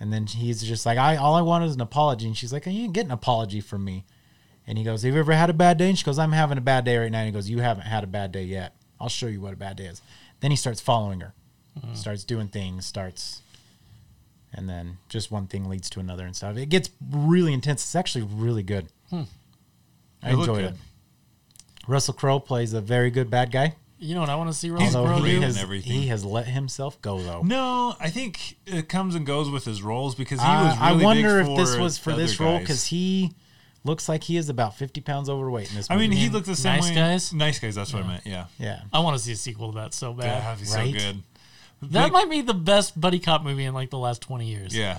C: and then he's just like, "I all I want is an apology." And she's like, "You ain't getting an apology from me." And he goes, "Have you ever had a bad day?" And she goes, "I'm having a bad day right now." And he goes, "You haven't had a bad day yet. I'll show you what a bad day is." Then he starts following her,
B: Hmm.
C: starts doing things, starts, and then just one thing leads to another and stuff. It gets really intense. It's actually really good. I
B: Hmm. It looked
C: enjoyed
B: good.
C: it. Russell Crowe plays a very good bad guy.
A: You know what I want to see Russell
B: He's
A: Crowe
C: Although
B: great
C: he
B: in
A: do?
C: has,
B: everything.
C: he has let himself go though.
B: No, I think it comes and goes with his roles because he
C: Uh,
B: was. Really
C: I wonder
B: big
C: if this was for
B: other
C: this role
B: guys.
C: because he looks like he is about fifty pounds overweight in this.
B: I mean,
C: movie.
B: he looked the same
A: Nice
B: way.
A: Guys?
B: Nice guys. That's what I meant. Yeah.
C: yeah,
A: I want to see a sequel to that so bad.
B: Yeah, that'd be
C: Right?
B: so good.
A: That
B: Like-
A: might be the best buddy cop movie in like the last twenty years.
B: Yeah.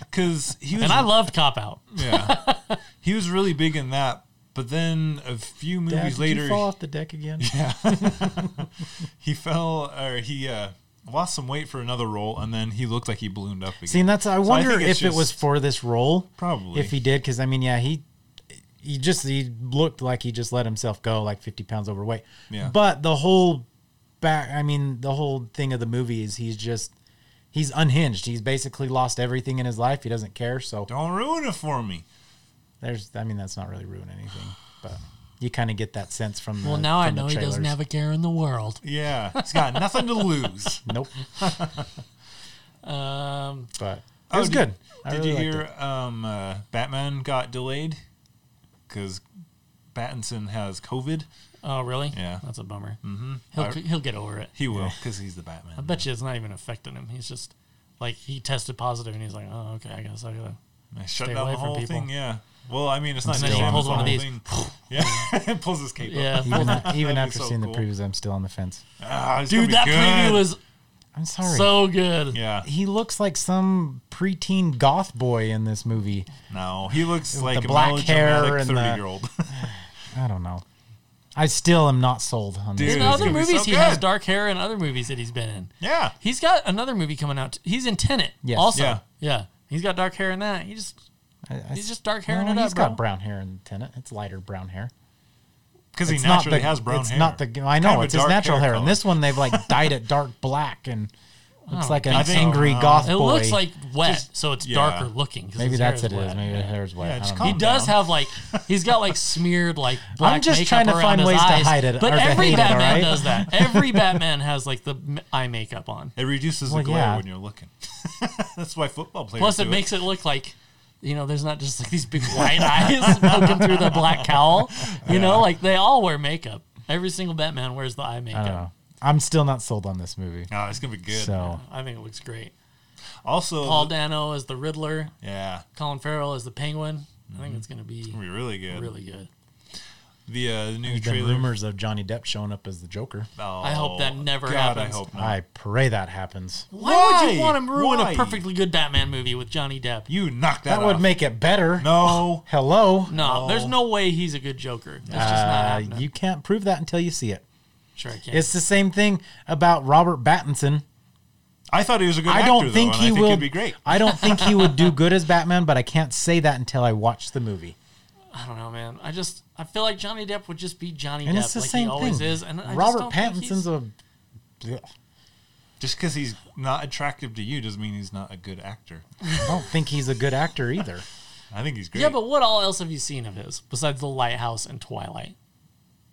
B: Because he was.
A: And I loved Cop Out.
B: yeah. He was really big in that, but then a few
C: Dad,
B: movies
C: did
B: later,
C: you fall off the deck again.
B: he fell or he uh, lost some weight for another role, and then he looked like he ballooned up again.
C: See, and that's I wonder
B: think
C: if
B: it's
C: it was
B: just-
C: for this role,
B: Probably.
C: if he did, because I mean, yeah, he he just he looked like he just let himself go, like fifty pounds overweight.
B: Yeah.
C: But the whole back, I mean, the whole thing of the movie is he's just he's unhinged. He's basically lost everything in his life. He doesn't care. So
B: Don't ruin it for me.
C: There's, I mean, that's not really ruin anything, but you kind of get that sense from. The,
A: Well, now I
C: from the
A: know he doesn't
C: trailers.
A: have a care in the world.
B: Yeah, he's got nothing to lose.
C: Nope,
A: Um,
C: but it
B: Oh,
C: was
B: did-
C: good. I
B: Did
C: really
B: you
C: liked
B: hear
C: it.
B: um, uh, Batman got delayed because Pattinson has COVID?
A: oh, really?
B: Yeah.
A: That's a bummer. Mm-hmm. He'll
B: I-
A: he'll get over it.
B: He will because he's the Batman.
A: I bet you it's not even affecting him. He's just like he tested positive and he's like, oh, okay, I guess I gotta.
B: I shut
A: Stay
B: down
A: away
B: the
A: from
B: whole
A: people.
B: thing. Yeah. Well, I mean, it's not
A: And
B: just
A: then he
B: him,
A: pulls
B: it's the
A: one of
B: whole
A: these.
B: thing. Yeah, it pulls his cape. Up.
A: Yeah.
C: Even, even
B: That'd be
C: after
B: so
C: seeing
B: cool.
C: the previews, I'm still on the fence.
B: Ah, it's gonna
A: Dude,
B: be
A: that
B: good.
A: preview was
C: I'm sorry.
A: So good.
B: Yeah.
C: he looks like some preteen goth boy in this movie.
B: No, he looks like
C: the
B: a
C: black hair
B: melodramatic
C: and the-
B: thirty-year-old.
C: I don't know. I still am not sold on this.
A: In
B: Dude, it's
A: other
B: gonna be so
A: movies, he has
B: good.
A: dark hair. In other movies that he's been in,
B: yeah,
A: he's got another movie coming out. He's in Tenet.
C: Yes.
A: Also, yeah.
B: Yeah.
A: he's got dark hair in that. He just
C: I, I,
A: he's just dark hair in
C: no,
A: it
C: he's
A: up,
C: got
A: bro.
C: brown hair in Tenet. It's lighter brown hair.
B: because he
C: It's
B: naturally
C: not the,
B: has brown
C: it's
B: hair.
C: not the. I
B: Kind
C: know
B: of a
C: it's his
B: dark
C: natural hair.
B: color. Oh,
C: In this one, they've like dyed it dark black and looks
A: don't
C: like an
A: think so.
C: angry
B: No.
C: goth
A: It
C: boy.
A: looks like wet,
B: Just-
A: so it's
B: yeah. Oh,
A: darker looking. 'cause
C: maybe
A: his hair
C: that's it is.
A: wet.
C: Maybe the hair's wet.
B: Yeah,
C: I
B: just
C: don't
B: call
A: He
C: know.
B: Calm
A: does
B: down.
A: have like he's got like smeared like black
C: I'm just
A: makeup
C: trying to
A: around
C: find
A: his
C: ways to
A: eyes,
C: hide it
A: But
C: or to
A: every
C: hate it, all
A: Batman
C: right?
A: does that. Every Batman has like the m- eye makeup on.
B: It reduces
C: Well,
B: the glare
C: yeah.
B: when you're looking. That's why football players.
A: Plus, it
B: do
A: makes it look like you know there's not just like these big white eyes poking through the black cowl. You know, like they all wear makeup. Every single Batman wears the eye
C: I don't
A: makeup.
C: know. I'm still not sold on this movie.
B: Oh, it's gonna be good.
C: So
A: I think it looks great.
B: also,
A: Paul Dano as the Riddler.
B: yeah,
A: Colin Farrell as the Penguin. I think it's going to be
B: it's gonna be Mm-hmm. really good.
A: really good.
B: The, uh, the new
C: there's been
B: trailer.
C: rumors of Johnny Depp showing up as the Joker.
B: Oh,
A: I hope that never
B: God,
A: happens.
B: I hope not.
C: I pray that happens.
A: Why, would you
B: Why?
A: want to ruin
B: Why?
A: a perfectly good Batman movie with Johnny Depp?
B: You knocked that.
C: That would
B: off.
C: make it better.
B: no.
C: Hello.
A: No, there's no way he's a good Joker. That's just not
C: Uh,
A: happening.
C: you can't prove that until you see it.
A: sure, I can't.
C: It's the same thing about Robert Pattinson.
B: I thought he was a good
C: I
B: actor.
C: don't
B: though,
C: think
B: and
C: he
B: I think
C: will
B: He'd be great.
C: I don't think he would do good as Batman, but I can't say that until I watch the movie.
A: I don't know, man. I just I feel like Johnny Depp would just be Johnny
C: And
A: Depp
C: it's the
A: like
C: same
A: he always
C: thing.
A: is. And I
C: Robert
A: just don't think he's-
C: Pattinson's a Ugh.
B: Just because he's not attractive to you doesn't mean he's not a good actor.
C: I don't think he's a good actor either.
B: I think he's great.
A: yeah, but what all else have you seen of his besides The Lighthouse and Twilight?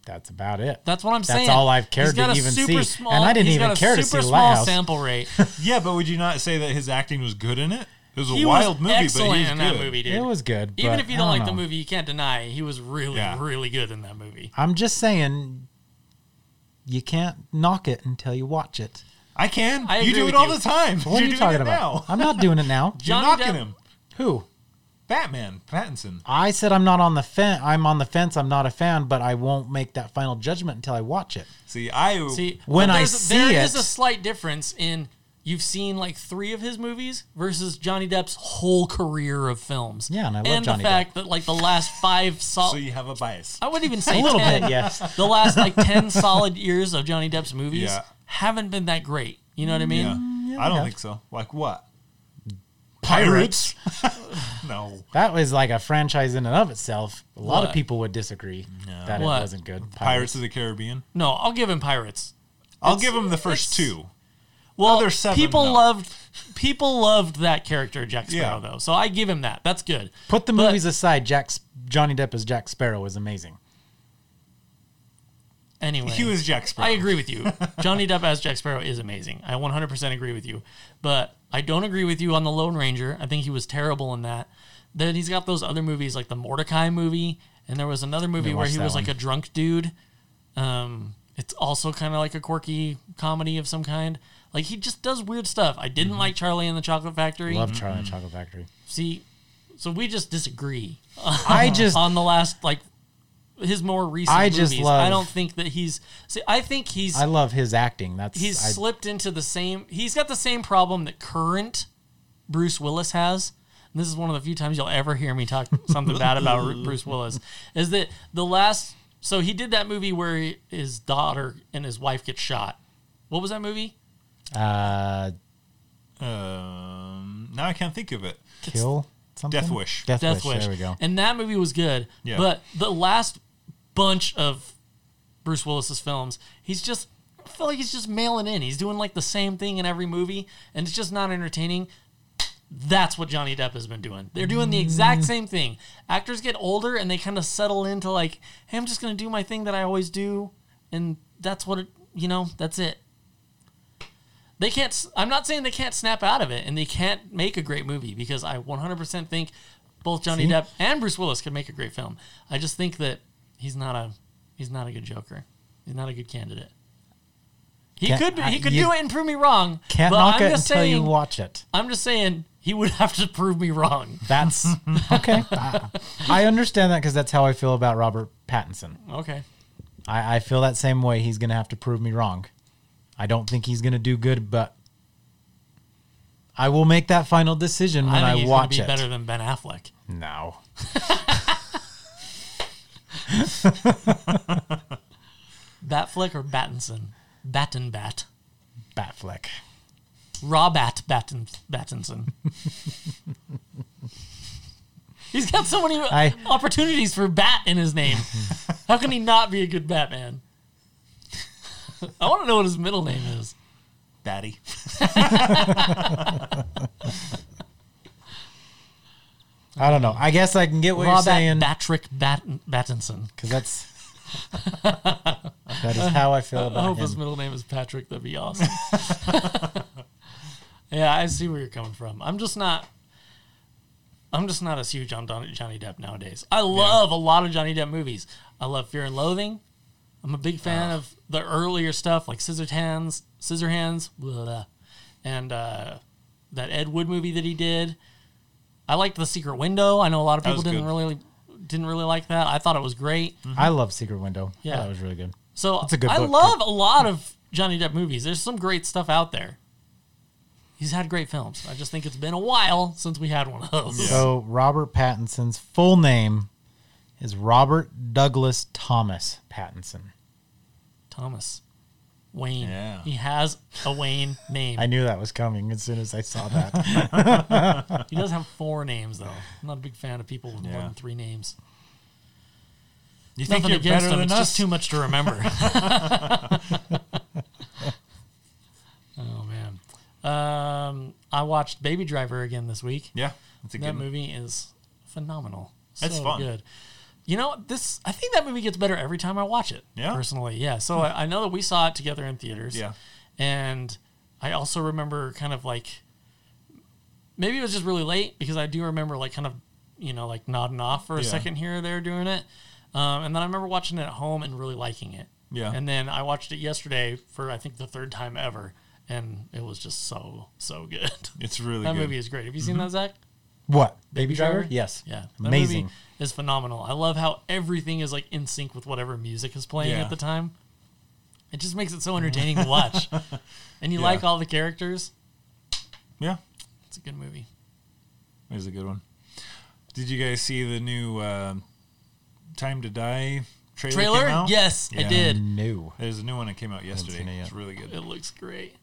C: That's about it.
A: That's what I'm
C: That's
A: saying.
C: all I've cared
A: He's got
C: to
A: a
C: even
A: super
C: see.
A: Small,
C: And I didn't
A: he's
C: even
A: got a
C: care to
A: super
C: see
A: small
C: Lighthouse.
A: sample rate.
B: yeah, but would you not say that his acting was good in it? It was a
A: He
B: wild
A: was
B: movie,
A: excellent
B: but he's
A: in
B: good.
A: that movie, dude.
C: It was good.
A: Even
C: but
A: if you
C: I
A: don't like
C: know.
A: the movie, you can't deny he was really,
B: Yeah.
A: really good in that movie.
C: I'm just saying you can't knock it until you watch it.
B: I can.
A: I
B: you
A: agree
B: do
A: with
B: it all
A: you.
B: the time.
C: What
B: You're
C: are you
B: doing
C: talking
B: it
C: about?
B: now.
C: I'm not doing it now.
B: You're
A: Johnny
B: knocking
A: Depp-
B: him.
C: Who?
B: Batman, Pattinson.
C: I said I'm not on the fence. I'm on the fence. I'm not a fan, but I won't make that final judgment until I watch it.
B: See, I
A: See,
C: When
A: but
C: I
A: there's-
C: see
A: there is
C: it-
A: a slight difference in you've seen like three of his movies versus Johnny Depp's whole career of films.
C: Yeah, and I love
A: and
C: Johnny
A: the fact that like the last five sol-
B: So you have a bias.
A: oh. I wouldn't even say
C: A little
A: 10.
C: bit, yes.
A: The last like ten solid years of Johnny Depp's movies
B: Yeah.
A: haven't been that great. You know what I mean?
B: Yeah. I don't
C: Mm, have.
B: think so. Like what?
C: Pirates.
B: no.
C: That was like a franchise in and of itself. A lot
A: What?
C: of people would disagree that
A: What?
C: it wasn't good.
B: Pirates of the Caribbean.
A: No, I'll give him Pirates.
B: I'll
A: It's-
B: give him the
A: it's-
B: first two.
A: Well,
B: Another seven,
A: people
B: though.
A: loved people loved that character Jack Sparrow
B: Yeah.
A: though, so I give him that. That's good.
C: Put the
A: But-
C: movies aside. Jack Johnny Depp as Jack Sparrow was amazing.
A: Anyway,
B: He was Jack Sparrow.
A: I agree with you. Johnny Depp as Jack Sparrow is amazing. I 100% agree with you. But I don't agree with you on The Lone Ranger. I think he was terrible in that. Then he's got those other movies like the Mordecai movie, and there was another movie where
C: watch
A: he
C: that
A: was like
C: one.
A: a drunk dude. Um, it's also kind of like a quirky comedy of some kind. Like he just does weird stuff. I didn't like Charlie and the Chocolate Factory.
C: Mm-hmm. Love Charlie and the Chocolate Factory.
A: See, so we just disagree
C: I just
A: on the last like his more recent
C: I just
A: movies. I
C: love-
A: don't think that he's. See, I think he's
C: I love his acting. That's
A: he's
C: I,
A: slipped into the same he's got the same problem that current Bruce Willis has. And this is one of the few times you'll ever hear me talk something bad about Ru- Bruce Willis is that the last so he did that movie where he- his daughter and his wife get shot. What was that movie?
C: uh,
B: Um, now I can't think of it.
C: kill something.
B: Death Wish.
C: Death,
A: Death
C: Wish.
A: Wish.
C: There we go.
A: And that movie was good.
B: Yeah.
A: But the last bunch of Bruce Willis's films, he's just I feel like he's just mailing in. He's doing like the same thing in every movie, and it's just not entertaining. That's what Johnny Depp has been doing. They're doing the exact
C: Mm.
A: same thing. Actors get older and they kind of settle into like, hey, I'm just gonna do my thing that I always do, and that's what it, you know. That's it. They can't. s- I'm not saying they can't snap out of it and they can't make a great movie because I 100% think both Johnny
C: See?
A: Depp and Bruce Willis could make a great film. I just think that he's not a he's not a good Joker. He's not a good candidate. He
C: Can't-
A: could be, he
C: I-
A: could
C: you
A: do it and prove me wrong.
C: Can't
A: but
C: knock
A: I'm
C: it until
A: just saying,
C: you watch it.
A: I'm just saying he would have to prove me wrong.
C: That's okay. I, I understand that because that's how I feel about Robert Pattinson.
A: Okay.
C: I, I feel that same way. He's going to have to prove me wrong. I don't think he's going to do good, but I will make that final decision when
A: I
C: I,
A: think he's gonna
C: watch
A: be
C: it.
A: better than Ben Affleck.
C: No.
A: Batfleck or Battinson? Battenbat.
C: Batfleck.
A: Raw Bat Batten, Battinson. He's got so many
C: I-
A: opportunities for bat in his name. How can he not be a good Batman? I want to know what his middle name is.
B: Batty.
C: I don't know. I guess I can get what
A: Raw
C: you're
A: Bat
C: saying
A: Batrick Batten, Battinson.
C: because that's that is how I feel
A: I
C: about
A: hope his
C: him.
A: middle name is Patrick. That'd be awesome. yeah, I see where you're coming from. I'm just not. I'm just not as huge on Don- Johnny Depp nowadays. I love a lot of Johnny Depp movies. I love Fear and Loathing. I'm a big fan of the earlier stuff like Scissor Hands, Scissor Hands, blah, and uh, that Ed Wood movie that he did. I liked The Secret Window. I know a lot of
B: That
A: people
B: was
A: didn't
B: good.
A: really didn't really like that. I thought it was great.
C: I love Secret Window.
A: Yeah.
C: Yeah, that was really good.
A: So
C: That's a good
A: I
C: book,
A: love a lot of Johnny Depp movies. There's some great stuff out there. He's had great films. I just think it's been a while since we had one of those.
B: Yeah.
C: So Robert Pattinson's full name is Robert Douglas Thomas Pattinson.
A: Thomas Wayne.
B: Yeah.
A: He has a Wayne name.
C: I knew that was coming as soon as I saw that.
A: he does have four names though. I'm not a big fan of people with more
B: Yeah.
A: than three names.
B: You think
A: Nothing
B: you're
A: against
B: better
A: him.
B: than
A: It's just
B: us?
A: too much to remember. oh man. Um, I watched Baby Driver again this week.
B: yeah, that's a
A: that
B: good.
A: movie is phenomenal.
B: It's
A: so
B: fun.
A: good. You know this? I think that movie gets better every time I watch it.
B: Yeah? Hmm.
A: Personally, yeah. So I, I know that we saw it together in theaters.
B: Yeah.
A: And I also remember kind of like maybe it was just really late because I do remember like kind of you know like nodding off for a
B: Yeah.
A: second here or there doing it, um, and then I remember watching it at home and really liking it.
B: Yeah.
A: And then I watched it yesterday for I think the third time ever, and it was just so so good.
B: It's really
A: that
B: good. Mm-hmm.
A: movie is great. Have you seen that, Zach?
C: what?
A: Baby Driver?
C: Yes.
A: Yeah, that
C: Amazing.
A: movie is phenomenal. I love how everything is like in sync with whatever music is playing
B: Yeah.
A: at the time. It just makes it so entertaining to watch, and you
B: Yeah.
A: like all the characters.
B: Yeah,
A: It's a good movie.
B: it was a good one. Did you guys see the new uh, Time to Die trailer? came
A: Trailer?
B: out?
A: Yes, I
B: Yeah.
A: did.
C: No.
B: There's a new one that came out yesterday.
C: seen it yet.
B: It's really good.
A: It looks great.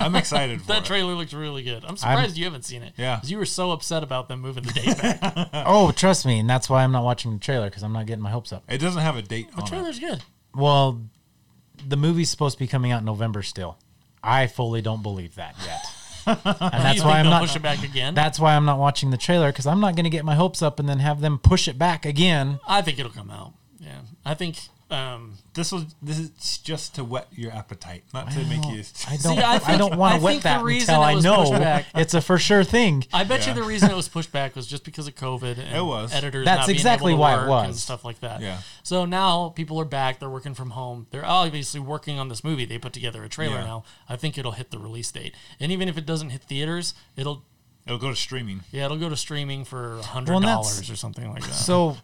B: I'm excited for
A: That
B: it.
A: trailer looks really good. I'm surprised you haven't seen it.
B: Yeah.
A: 'cause you were so upset about them moving the date back.
C: Oh, trust me, and that's why I'm not watching the trailer because I'm not getting my hopes up.
B: It doesn't have a date
A: the
B: on it.
A: trailer's good.
C: Well, the movie's supposed to be coming out in November still. I fully don't believe that yet, and that's
A: you
C: why
A: think
C: I'm
A: they'll
C: not.
A: push it back again.
C: That's why I'm not watching the trailer because I'm not going to get my hopes up and then have them push it back again.
A: I think it'll come out. Yeah, I think. Um,
B: This was this is just to wet your appetite, not to make you.
C: I don't.
A: I
C: I,
A: think-
C: don't
A: I
C: want to
A: think
C: wet
A: the
C: that
A: reason
C: until
A: it
C: I
A: was pushed
C: know
A: back-
C: it's a for sure thing.
A: I bet you
B: Yeah.
A: the reason it was pushed back was just because of COVID and
B: It was.
A: editors.
C: That's
A: not being
C: exactly
A: able to
C: why it
A: work and
C: was.
A: stuff like that.
B: Yeah.
A: So now people are back. They're working from home. They're obviously working on this movie. They put together a trailer
B: Yeah.
A: now. I think it'll hit the release date. And even if it doesn't hit theaters, it'll
B: It'll go to streaming.
A: yeah it'll go to streaming for hundred
C: Well, and
A: dollars
C: that's-
A: or something like that.
C: So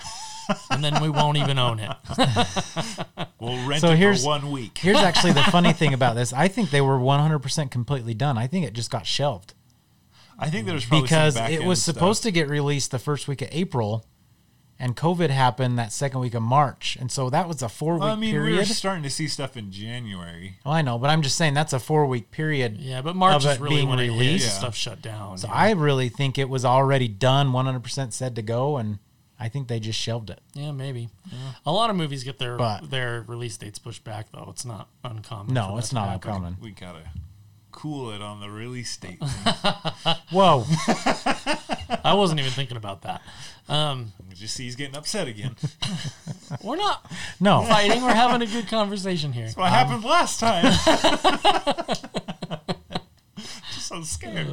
A: and then we won't even own it.
B: We'll rent
C: So
B: it
C: here's-
B: for one week.
C: here's actually the funny thing about this. I think they were 100% completely done. I think it just got shelved.
B: I think there's probably
C: because
B: some
C: it was supposed to get released the first week of April, and COVID happened that second week of March, and so that was a four week
B: Well, I mean, we were
C: period.
B: starting to see stuff in January.
C: Well, I know, but I'm just saying that's a four week period.
A: Yeah, but March
C: Of
A: is
C: it
A: really
C: being
A: when it hit,
C: released?
B: Yeah.
A: stuff shut down.
C: So
A: yeah.
C: I really think it was already done, 100% said to go, and I think they just shelved it.
A: Yeah, maybe. A lot of movies get their
C: But-
A: their release dates pushed back, though. It's not uncommon. for
C: No,
A: that
C: it's
A: to
C: not
A: happen.
C: uncommon.
B: We gotta cool it on the release date.
C: Whoa,
A: I wasn't even thinking about that. Um,
B: just see he's getting upset again.
A: we're not
C: no,
A: fighting. We're having a good conversation here.
B: what happened last time? just so scared.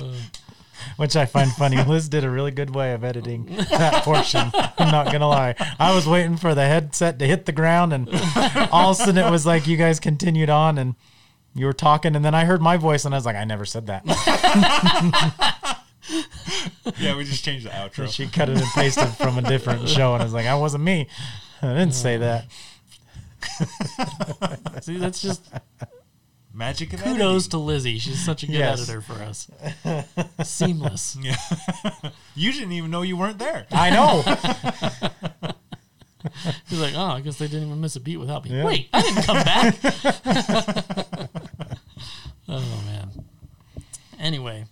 C: which I find funny. Liz did a really good way of editing that portion. I'm not gonna lie, I was waiting for the headset to hit the ground, and all of a sudden it was like you guys continued on and. You were talking, and then I heard my voice, and I was like, "I never said that."
B: yeah, we just changed the
C: And
B: outro.
C: she cut it and pasted from a different show, and I was like, "I wasn't me.
B: Mm.
C: I didn't say that."
A: See, that's just
B: Magic of
A: Kudos
B: editing.
A: to Lizzie. She's such a good
C: Yes.
A: editor for us. Seamless.
B: Yeah. you didn't even know you weren't there.
C: I know.
A: She's like, oh, I guess they didn't even miss a beat without me.
C: Yeah.
A: Wait, I didn't come back. oh man. Anyway,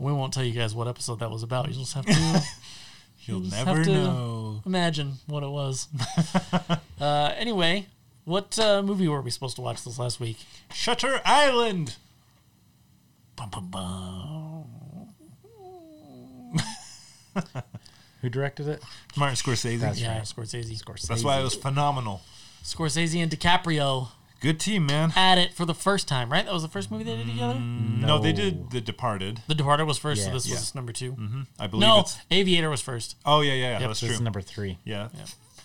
A: we won't tell you guys what episode that was about. You just have to
B: You'll
A: just
B: never
A: have to-
B: know.
A: imagine what it was. uh, anyway, what uh, movie were we supposed to watch this last week?
B: Shutter Island.
A: Bum, bum, bum.
C: Who directed it?
B: Martin Scorsese.
C: That's-
A: Yeah,
C: right.
A: Scorsese.
B: That's why it was phenomenal.
A: Scorsese and DiCaprio
B: Good team, man.
A: at it for the first time, right? That was the first movie they did together.
B: No,
C: No.
B: they did The Departed.
A: The Departed was first, so
C: Yeah.
A: this
B: Mm. Yeah.
A: was number 2
B: I believe
A: No,
B: it's.
A: Aviator was first.
B: Oh yeah, yeah, yeah.
A: Yep,
B: that's
C: This
B: true.
C: is number three
B: yeah.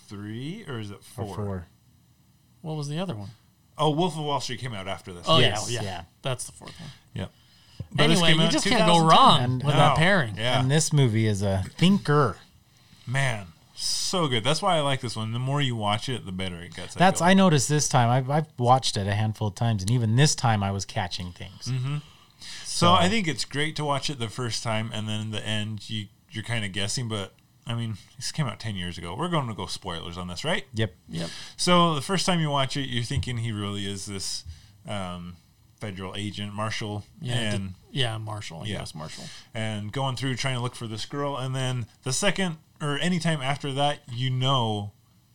B: three or is it
C: or
B: four?
C: four.
A: What was the other one?
B: Oh, Wolf of Wall Street came out after this.
A: Oh
C: Yes,
A: yeah, yeah,
C: yeah.
A: That's the fourth one.
B: Yep. But this
A: anyway,
B: came
A: you
B: out
A: just can't go
B: 2010.
A: wrong
C: And-
A: with
B: No.
A: that pairing.
B: oh, Yeah.
C: And this movie is a thinker.
B: Man, so good. That's why I like this one. The more you watch it, the better it gets.
C: That's
B: feel.
C: I noticed this time. I've, I've watched it a handful of times, and even this time I was catching things.
B: Mm-hmm. so I think it's great to watch it the first time, and then in the end, you you're kind of guessing. But I mean, this came out ten years ago. We're going to go spoilers on this, right?
C: Yep.
A: Yep.
B: So the first time you watch it, you're thinking he really is this um, federal agent, marshal,
A: Yeah.
B: and
A: di- yeah. Marshall.
B: Yeah.
A: Yes, Marshall.
B: and going through trying to look for this girl. And then the second or anytime after that, you know,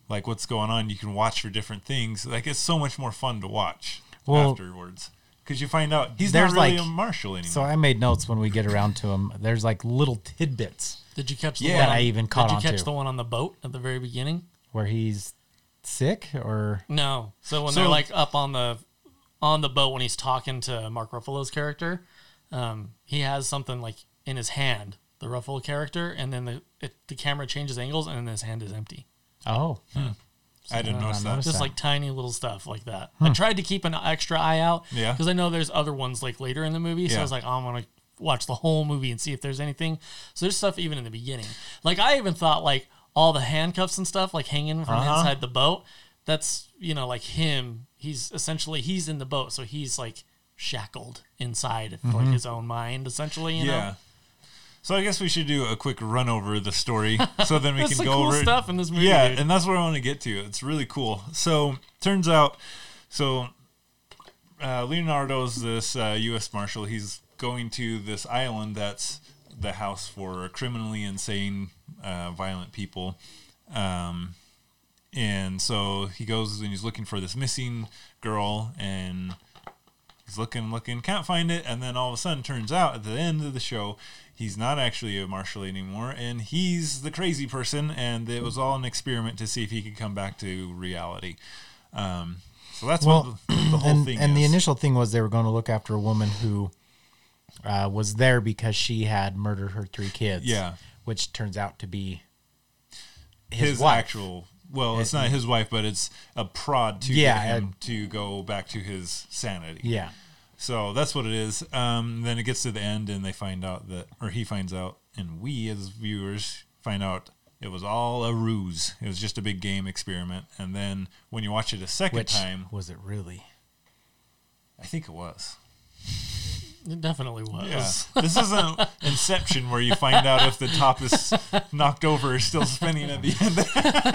B: like what's going on. You can watch for different things. Like it's so much more fun to watch
C: Well-
B: afterwards because you find out he's not
C: There's,
B: really
C: like-
B: a marshal anymore.
C: So I made notes when we get around to them. There's like little tidbits
A: Did you catch the
B: Yeah.
A: one?
B: That
A: on-
C: I even caught
A: Did you
C: on
A: catch
C: to.
A: the one on the boat at the very beginning?
C: where he's sick or
A: No. So when
B: So-
A: they're like up on the on the boat when he's talking to Mark Ruffalo's character, um, he has something like in his hand, the Ruffalo character, and then the it, the camera changes angles and then his hand is empty.
C: oh
B: I didn't
C: I
B: notice that.
C: noticed
A: Just
C: So-
A: like tiny little stuff like that. I tried to keep an extra eye out.
B: Hmm. Yeah.
A: Because I know there's other ones like later in the movie. So
B: Yeah.
A: I was like, oh, I'm going to watch the whole movie and see if there's anything. So there's stuff even in the beginning. Like I even thought like all the handcuffs and stuff like hanging from
B: Uh-huh.
A: inside the boat. That's, you know, like him. He's essentially, he's in the boat. So he's like shackled inside like his own mind essentially, you
B: Mm-hmm. yeah.
A: know.
B: So I guess we should do a quick run over the story, so then we
A: That's
B: can
A: the
B: go
A: cool
B: over it.
A: stuff in this movie.
B: Yeah,
A: dude.
B: and that's what I want to get to. It's really cool. So turns out, so uh, Leonardo's this uh, U.S. marshal. He's going to this island that's the house for criminally insane, uh, violent people. Um, and so he goes and he's looking for this missing girl, and he's looking, looking, can't find it. And then all of a sudden, turns out at the end of the show, he's not actually a marshal anymore, and he's the crazy person. And it was all an experiment to see if he could come back to reality. Um, so that's
C: Well,
B: what the, the whole
C: and,
B: thing
C: and the
B: is.
C: initial thing was they were going to look after a woman who uh, was there because she had murdered her three kids
B: Yeah.
C: which turns out to be
B: his,
C: his, wife
B: actual. Well, it's not his wife, but it's a prod to
C: Yeah,
B: get him to go back to his sanity.
C: yeah
B: So that's what it is. Um, then it gets to the end, and they find out that, or he finds out, and we as viewers find out it was all a ruse. It was just a big game experiment. And then when you watch it a second
C: which
B: time,
C: was it really
B: I think it was.
A: it definitely was.
B: Yeah. this isn't Inception where you find out if the top is knocked over or still spinning at the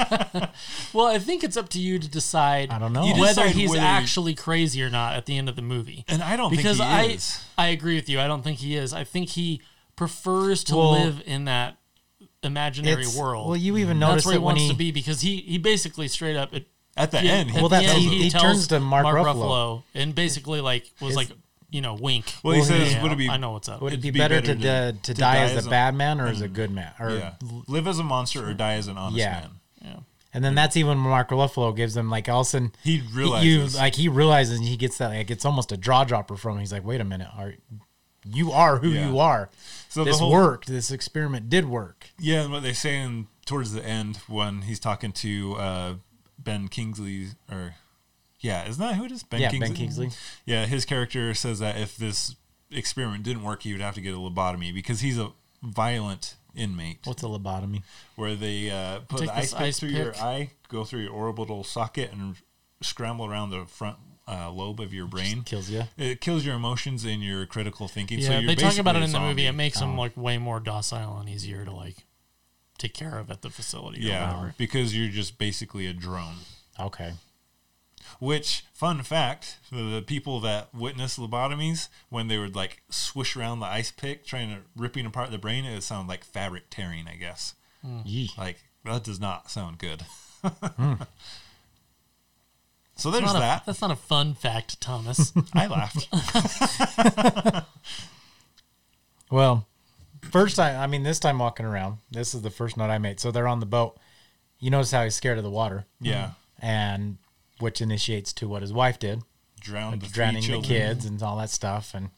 B: end.
A: Well, I think it's up to you to decide.
C: I don't know. You
A: whether
B: decide
A: he's
B: whether-
A: actually crazy or not at the end of the movie.
B: And I don't
A: because
B: think he
A: I
B: is.
A: I agree with you. I don't think he is. I think he prefers to
C: Well,
A: live in that imaginary
C: It's-
A: world.
C: well you even
A: that's
C: noticed
A: where he
C: it when
A: wants
C: he
A: to be because he he basically straight up it,
B: At the
A: yeah,
B: end, he
A: at
C: Well,
A: the
C: that's-
A: end,
C: he- he
A: tells
C: turns to Mark
A: Ruffalo.
C: Ruffalo.
A: and basically like was
C: Is-
A: like you know wink.
B: Well, he
C: Well,
B: says,
A: Yeah,
B: "Would it be?
A: I know what's up.
C: would it
B: It'd
C: be,
B: be
C: better,
B: better
C: to,
B: to-
C: di-
B: to
C: to die,
B: die
C: as
B: as
C: a
B: a-
C: bad man or as a good man or
B: Yeah, live as a monster or die as an honest
C: Yeah.
B: man."
A: Yeah.
C: and then that's even when Mark Ruffalo gives him like all of a sudden
B: He
C: you
B: realizes.
C: like he realizes and he gets that like it's almost a jaw dropper from him. He's like, wait a minute, are you are who
B: Yeah.
C: you are.
B: So the
C: this
B: whole-
C: worked. This experiment did work.
B: Yeah, and what they say in towards the end when he's talking to uh, Ben Kingsley, or yeah, isn't that who it is? Ben
C: Yeah, Ben Kingsley.
B: Yeah, his character says that if this experiment didn't work, he would have to get a lobotomy because he's a violent inmate,
C: What's a lobotomy?
B: where they uh, put
A: Take
B: the
A: this
B: ice pick
A: ice
B: through
A: pick.
B: your eye, go through your orbital socket, and scramble around the front uh, lobe of your brain.
C: kills you.
B: It kills your emotions and your critical thinking. so
A: Yeah,
B: you're
A: they talk about it
B: basically a
A: in the movie.
B: zombie.
A: It makes them like way more docile and easier to like take care of at the facility. or
B: Yeah,
A: whatever.
B: because you're just basically a drone.
C: Okay.
B: Which, fun fact, for the people that witnessed lobotomies, when they would like swish around the ice pick, trying to ripping apart the brain, it would sound like fabric tearing, I guess.
C: Yee.
B: Like, that does not sound good.
C: Hmm.
B: so there's
A: Not a-
B: that.
A: that's not a fun fact, Thomas.
B: I laughed.
C: Well, first time, I mean, this time walking around, this is the first note I made. So they're on the boat. You notice how he's scared of the water,
B: Yeah.
C: and which initiates to what his wife did,
B: Drowned the
C: drowning
B: three
C: the
B: children.
C: kids and all that stuff. And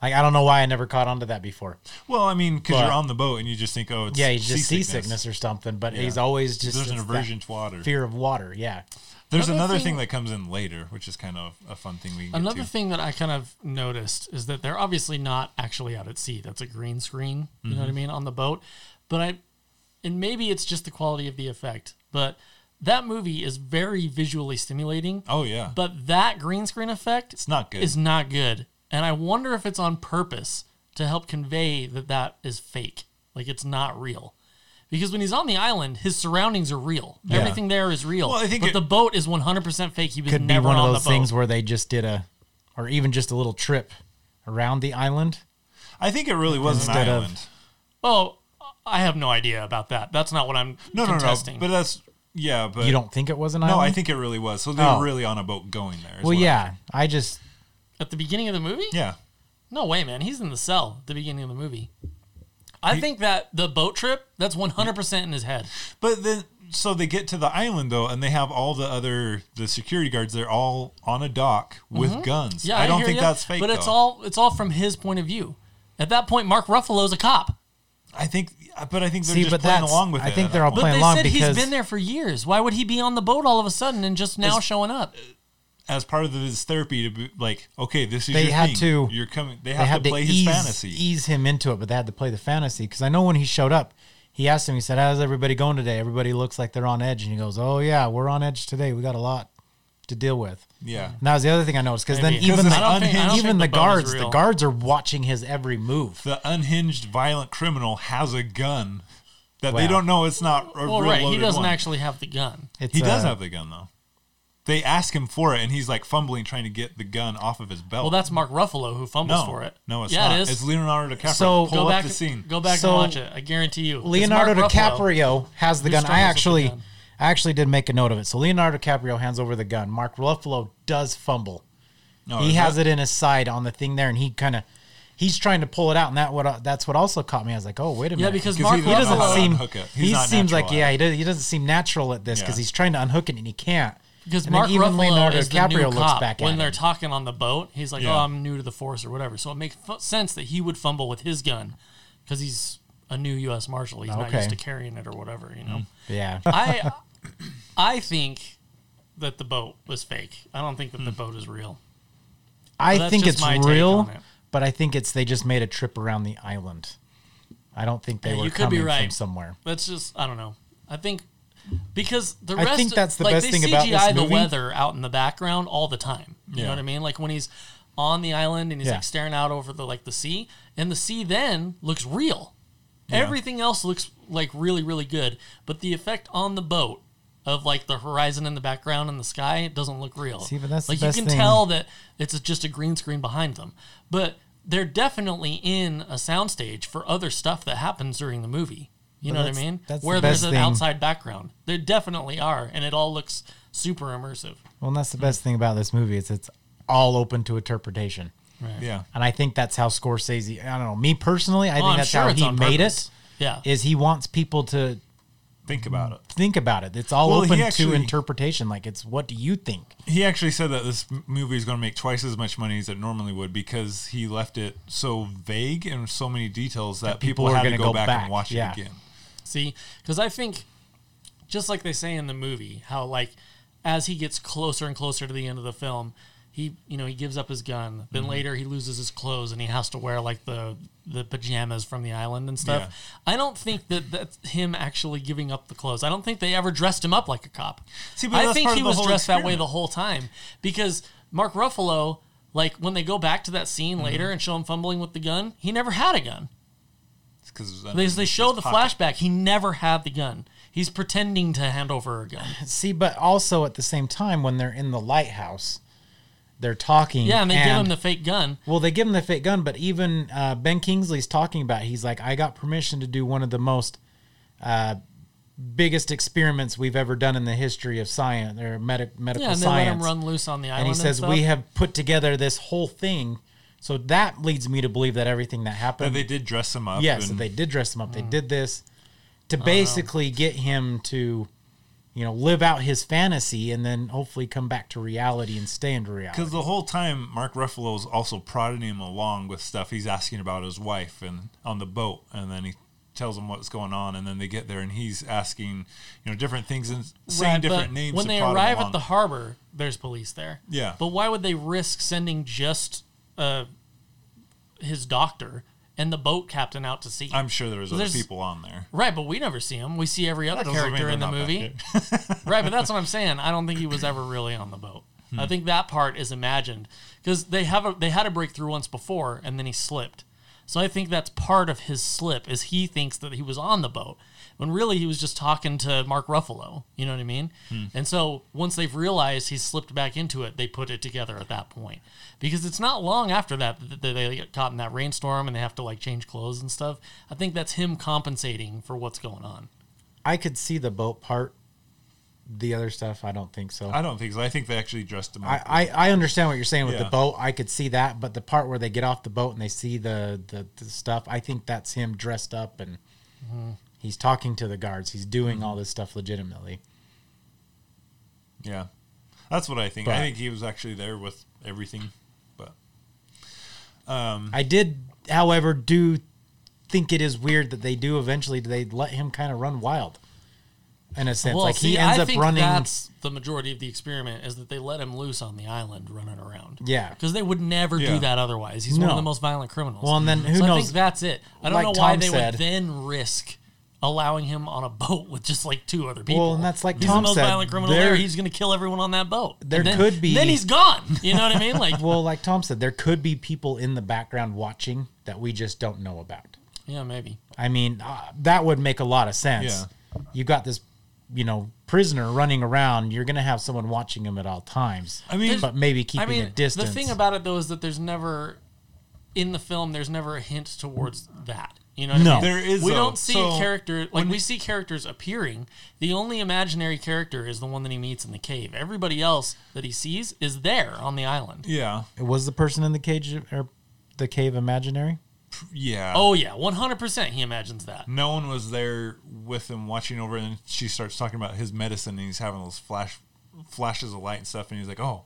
C: like, I don't know why I never caught on to that before.
B: Well, I mean, because
C: But-
B: you're on the boat and you just think, oh, it's
C: Yeah, he's just seasickness or something, but he's always just
B: There's an
C: it's that
B: aversion to water.
C: fear of water. Yeah,
B: There's
A: Another
B: another
A: thing-
B: thing, that comes in later, which is kind of a fun thing we can
A: Another
B: get to.
A: thing that I kind of noticed is that they're obviously not actually out at sea. That's a green screen, you
B: Mm-hmm.
A: know what I mean, on the boat. But I, and maybe it's just the quality of the effect, but that movie is very visually stimulating.
B: oh, yeah.
A: But that green screen effect
B: it's not good.
A: is not good. And I wonder if it's on purpose to help convey that that is fake. Like it's not real. Because when he's on the island, his surroundings are real. Everything there is real.
B: Well, I think
A: but
B: it-
A: the boat is 100% fake. He was
C: could be
A: never
C: one
A: on
C: of those
A: the boat.
C: things where they just did a, or even just a little trip around the island.
B: I think it really was an
C: Instead of-
B: island.
A: oh, I have no idea about that. That's not what I'm
B: no, no, no.
A: contesting.
B: But that's yeah. But
C: You don't think it was an
B: No,
C: island?
B: I think it really was. So they
C: Oh.
B: were really on a boat going there. is
C: Well,
B: what-
C: yeah, I just
A: At the beginning of the movie?
B: yeah.
A: No way, man. He's in the cell at the beginning of the movie. I think that the boat trip, that's 100% in his head.
B: But then, so they get to the island though, and they have all the other the security guards. They're all on a dock with guns.
A: Mm-hmm. Yeah,
B: I don't
A: hear
B: think
A: ya,
B: that's fake.
A: But it's
B: though.
A: all it's all from his point of view. At that point, Mark Ruffalo's a cop.
B: I think, but I think they're
C: See,
B: just
C: but
B: playing
C: that's-
B: along with
C: I
B: it.
C: think
B: at
C: they're
B: that
C: all
A: But
B: point.
C: playing
A: they
C: along
A: said he's
C: because-
A: been there for years. Why would he be on the boat all of a sudden and just now showing up?
B: as part of this therapy to be like, okay, this is
C: They
B: your
C: had
B: thing.
C: to-
B: You're coming. They
C: they
B: have
C: had
B: to
C: to,
B: play
C: ease,
B: his fantasy.
C: ease him into it, but they had to play the fantasy. Because I know when he showed up, he asked him, he said, How's everybody going today? Everybody looks like they're on edge. And he goes, Oh, yeah, we're on edge today. We got a lot to deal with.
B: Yeah.
C: And that was the other thing I noticed. Because then
A: Maybe. 'Cause
C: even
B: it's
A: I
C: the,
A: don't think, I don't
B: unhinged.
A: think
C: even
A: boat
C: the,
A: is
C: guards, the
A: real.
C: guards are watching his every move.
B: The unhinged, violent criminal has a gun that they
C: Wow.
B: don't know. It's not a
A: Well,
B: real
A: right. He
B: loaded
A: doesn't
B: one.
A: actually have the gun.
C: It's,
B: He does
C: uh,
B: have the gun though. They ask him for it, and he's like fumbling, trying to get the gun off of his belt.
A: Well, that's Mark Ruffalo who fumbles
B: no,
A: for it.
B: No, it's
A: yeah,
B: not.
A: it is.
B: It's Leonardo DiCaprio.
C: So-
B: Pull
A: go
B: up
A: back,
B: the scene.
A: go back
C: So-
A: and watch it. I guarantee you. It's
C: Leonardo
A: Mark Ruffalo.
C: DiCaprio has the
A: Who struggles with
C: gun. I
A: the
C: actually,
A: gun.
C: I actually did make a note of it. So Leonardo DiCaprio hands over the gun. Mark Ruffalo does
A: Oh,
C: fumble.
B: No,
C: he
B: is
C: has
B: that-
C: it in his side on the thing there, and he kind of he's trying to pull it out, and that what that's what also caught me. I was like, oh wait a minute,
A: Yeah, because
B: Because
A: Mark
B: he
C: he
B: I don't know
A: Ruffalo
B: how
C: doesn't
B: to
C: seem
B: unhook it. He's
C: he
B: not
C: seems
B: natural
C: like
B: at
C: yeah
B: it.
C: he does he doesn't seem natural at this because
B: Yeah.
C: he's trying to unhook it and he can't.
A: because
C: and
A: Mark
C: then even
A: Ruffalo
C: Leonardo
A: is the
C: DiCaprio
A: new
C: looks
A: cop
C: back at
A: when
C: him.
A: they're talking on the boat. He's like,
B: Yeah.
A: "Oh, I'm new to the force or whatever." So it makes f- sense that he would fumble with his gun because he's a new U.S. marshal. He's not
C: Okay. Mm.
A: used to carrying it or whatever, you know.
C: Yeah,
A: I I think that the boat was fake. I don't think that
C: Hmm.
A: the boat is real.
C: I
A: that's
C: think
A: just
C: it's
A: my take
C: real,
A: on it.
C: but I think it's they just made a trip around the island. I don't think they
A: Yeah,
C: were
A: you could be
C: coming from
A: right.
C: somewhere.
A: That's just I don't know. I think because the
C: I
A: rest
C: think that's the
A: like,
C: best
A: they
C: thing
A: CGI
C: about this
A: the
C: movie.
A: weather out in the background all the time. You know
B: Yeah.
A: what I mean? Like when he's on the island and he's
C: Yeah.
A: like staring out over the like the sea and the sea then looks real. Everything else looks like really really good, but the effect on the boat of like the horizon in the background and the sky it doesn't look real.
C: See, but that's the
A: like
C: best
A: you can
C: thing.
A: tell that it's just a green screen behind them. But they're definitely in a soundstage for other stuff that happens during the movie. You
C: But
A: know what I
C: that's-
A: mean?
C: that's the
A: Where there's
C: best
A: an
C: thing.
A: outside background. There definitely are, and it all looks super immersive.
C: Well, and that's
A: Hmm.
C: the best thing about this movie is it's all open to interpretation.
A: Right.
B: Yeah.
C: And I think that's how Scorsese. I don't know. Me personally, I think
A: Oh, I'm
C: that's
A: sure
C: how
A: it's
C: he
A: on
C: made
A: purpose.
C: it.
A: Yeah.
C: Is he wants people to
B: Think about it.
C: think about it. It's all
B: Well, he
C: open to
B: actually-
C: interpretation. Like it's what do you think?
B: He actually said that this m- movie is going to make twice as much money as it normally would because he left it so vague and so many details that, people,
C: people were
B: had to
C: gonna
B: go,
C: go
B: back,
C: back,
B: and watch
C: yeah.
B: it again.
A: See, because I think, just like they say in the movie, how like as he gets closer and closer to the end of the film, he you know he gives up his gun. Then
B: Mm-hmm.
A: later he loses his clothes and he has to wear like the the pajamas from the island and stuff. I don't think that that's him actually giving up the clothes. I don't think they ever dressed him up like a cop.
B: See, but
A: I
B: that's
A: think
B: part
A: he
B: of the
A: was
B: whole
A: dressed that way
B: experiment.
A: the whole time because Mark Ruffalo, like when they go back to that
B: Mm-hmm.
A: scene later and show him fumbling with the gun, he never had a gun.
B: because
A: They, they show the flashback. He never had the gun. He's pretending to hand over a gun.
C: See, but also at the same time, when they're in the lighthouse, they're talking.
A: Yeah, and they give him the fake gun.
C: Well, they give him the fake gun, but even uh, Ben Kingsley's talking about. it. He's like, I got permission to do one of the most uh, biggest experiments we've ever done in the history of science or medic medical
A: Yeah, and they
C: science.
A: let him run loose on the island.
C: and he says
A: stuff.
C: we have put together this whole thing. So that leads me to believe that everything that happened.
B: And they did dress him up.
C: yes,
B: and
C: they did dress him up.
A: Mm.
C: They did this to basically get him to, you know, live out his fantasy and then hopefully come back to reality and stay in reality.
B: Because the whole time, Mark Ruffalo is also prodding him along with stuff. He's asking about his wife and on the boat, and then he tells him what's going on, and then they get there, and he's asking, you know, different things and saying
A: Right,
B: different
A: but
B: names.
A: When
B: to
A: they
B: prod him
A: arrive
B: along.
A: at the harbor, there's police there.
B: Yeah.
A: But why would they risk sending just uh, his doctor and the boat captain out to sea?
B: I'm sure there was other
A: There's-
B: people on there.
A: right, but we never see him. We see every other
B: That doesn't mean
A: character
B: they're
A: in the
B: not back
A: movie. right, but that's what I'm saying. I don't think he was ever really on the boat. I think that part is imagined because they have a, they had a breakthrough once before and then he slipped. So I think that's part of his slip is he thinks that he was on the boat when really he was just talking to Mark Ruffalo. You know what I mean? And so once they've realized he's slipped back into it, they put it together at that point because it's not long after that that that they get caught in that rainstorm and they have to like change clothes and stuff. I think that's him compensating for what's going on.
C: I could see the boat part. The other stuff, I don't think so.
B: I
C: I
B: don't think so. I think they actually dressed him up.
C: I, I understand what you're saying with
B: Yeah.
C: the boat. I could see that, but the part where they get off the boat and they see the the, the stuff, I think that's him dressed up and he's talking to the guards. He's doing all
A: Mm-hmm.
C: this stuff legitimately.
B: yeah, that's what I think. I
C: But-
B: think he was actually there with everything, but
A: Mm-hmm.
C: I did, however, do think it is weird that they do eventually they let him kind of run wild. In a sense, like
A: see,
C: he ends
A: I
C: up
A: think
C: running.
A: That's the majority of the experiment is that they let him loose on the island running around.
C: Yeah.
A: because they would never
B: Yeah.
A: do that otherwise. He's one
C: No.
A: of the most violent criminals.
C: Well, and then who
A: So I
C: knows?
A: think that's it. I don't
C: Like
A: know why
C: Tom
A: they
C: said-
A: would then risk allowing him on a boat with just like two other people.
C: Well, and that's like
A: he's
C: Tom
A: the most
C: said,
A: violent criminal
C: there-
A: there. He's going to kill everyone on that boat. And
C: There
A: then-
C: could be-
A: Then he's gone. You know what I mean? Like,
C: well, like Tom said, there could be people in the background watching that we just don't know about.
A: yeah, maybe.
C: I mean, uh, that would make a lot of sense. You got this, you know, prisoner running around. You're going to have someone watching him at all times.
B: I mean,
C: but maybe keeping
A: I mean,
C: a distance.
A: the thing about it though is that there's never in the film there's never a hint towards that. You know, what
C: No.
A: I mean?
B: There is,
A: We
B: though.
A: don't see
B: So,
A: a character like we see characters appearing. The only imaginary character is the one that he meets in the cave. Everybody else that he sees is there on the island.
B: yeah,
C: was the person in the cage or the cave imaginary?
B: yeah.
A: Oh yeah, one hundred percent. He imagines that.
B: no one was there with him watching over and she starts talking about his medicine and he's having those flash flashes of light and stuff and he's like oh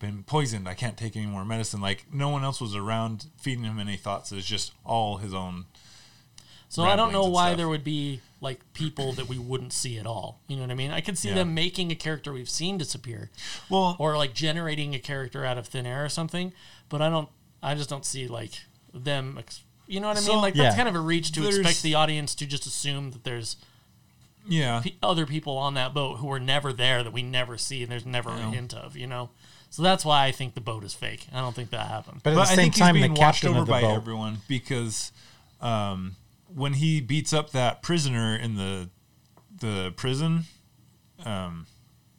B: been poisoned i can't take any more medicine like no one else was around feeding him any thoughts it's just all his own
A: So I don't
B: ramblings
A: know
B: and
A: why
B: stuff.
A: there would be like people that we wouldn't see at all. You know what I mean? I could see
B: Yeah.
A: them making a character we've seen disappear.
B: well
A: or like generating a character out of thin air or something. But I don't, I just don't see like them. Ex- you know what I
B: So-
A: mean? Like that's
C: Yeah.
A: kind of a reach to
B: There's-
A: expect the audience to just assume that there's
B: yeah
A: p- other people on that boat who were never there that we never see and there's never a hint of. You know, so that's why I think the boat is fake. I don't think that happened.
C: But at
B: but
C: the
B: i
C: same
B: think
C: time,
B: he's
C: the
B: being watched
C: captain
B: over
C: of the
B: by
C: boat.
B: everyone because um, when he beats up that prisoner in the the prison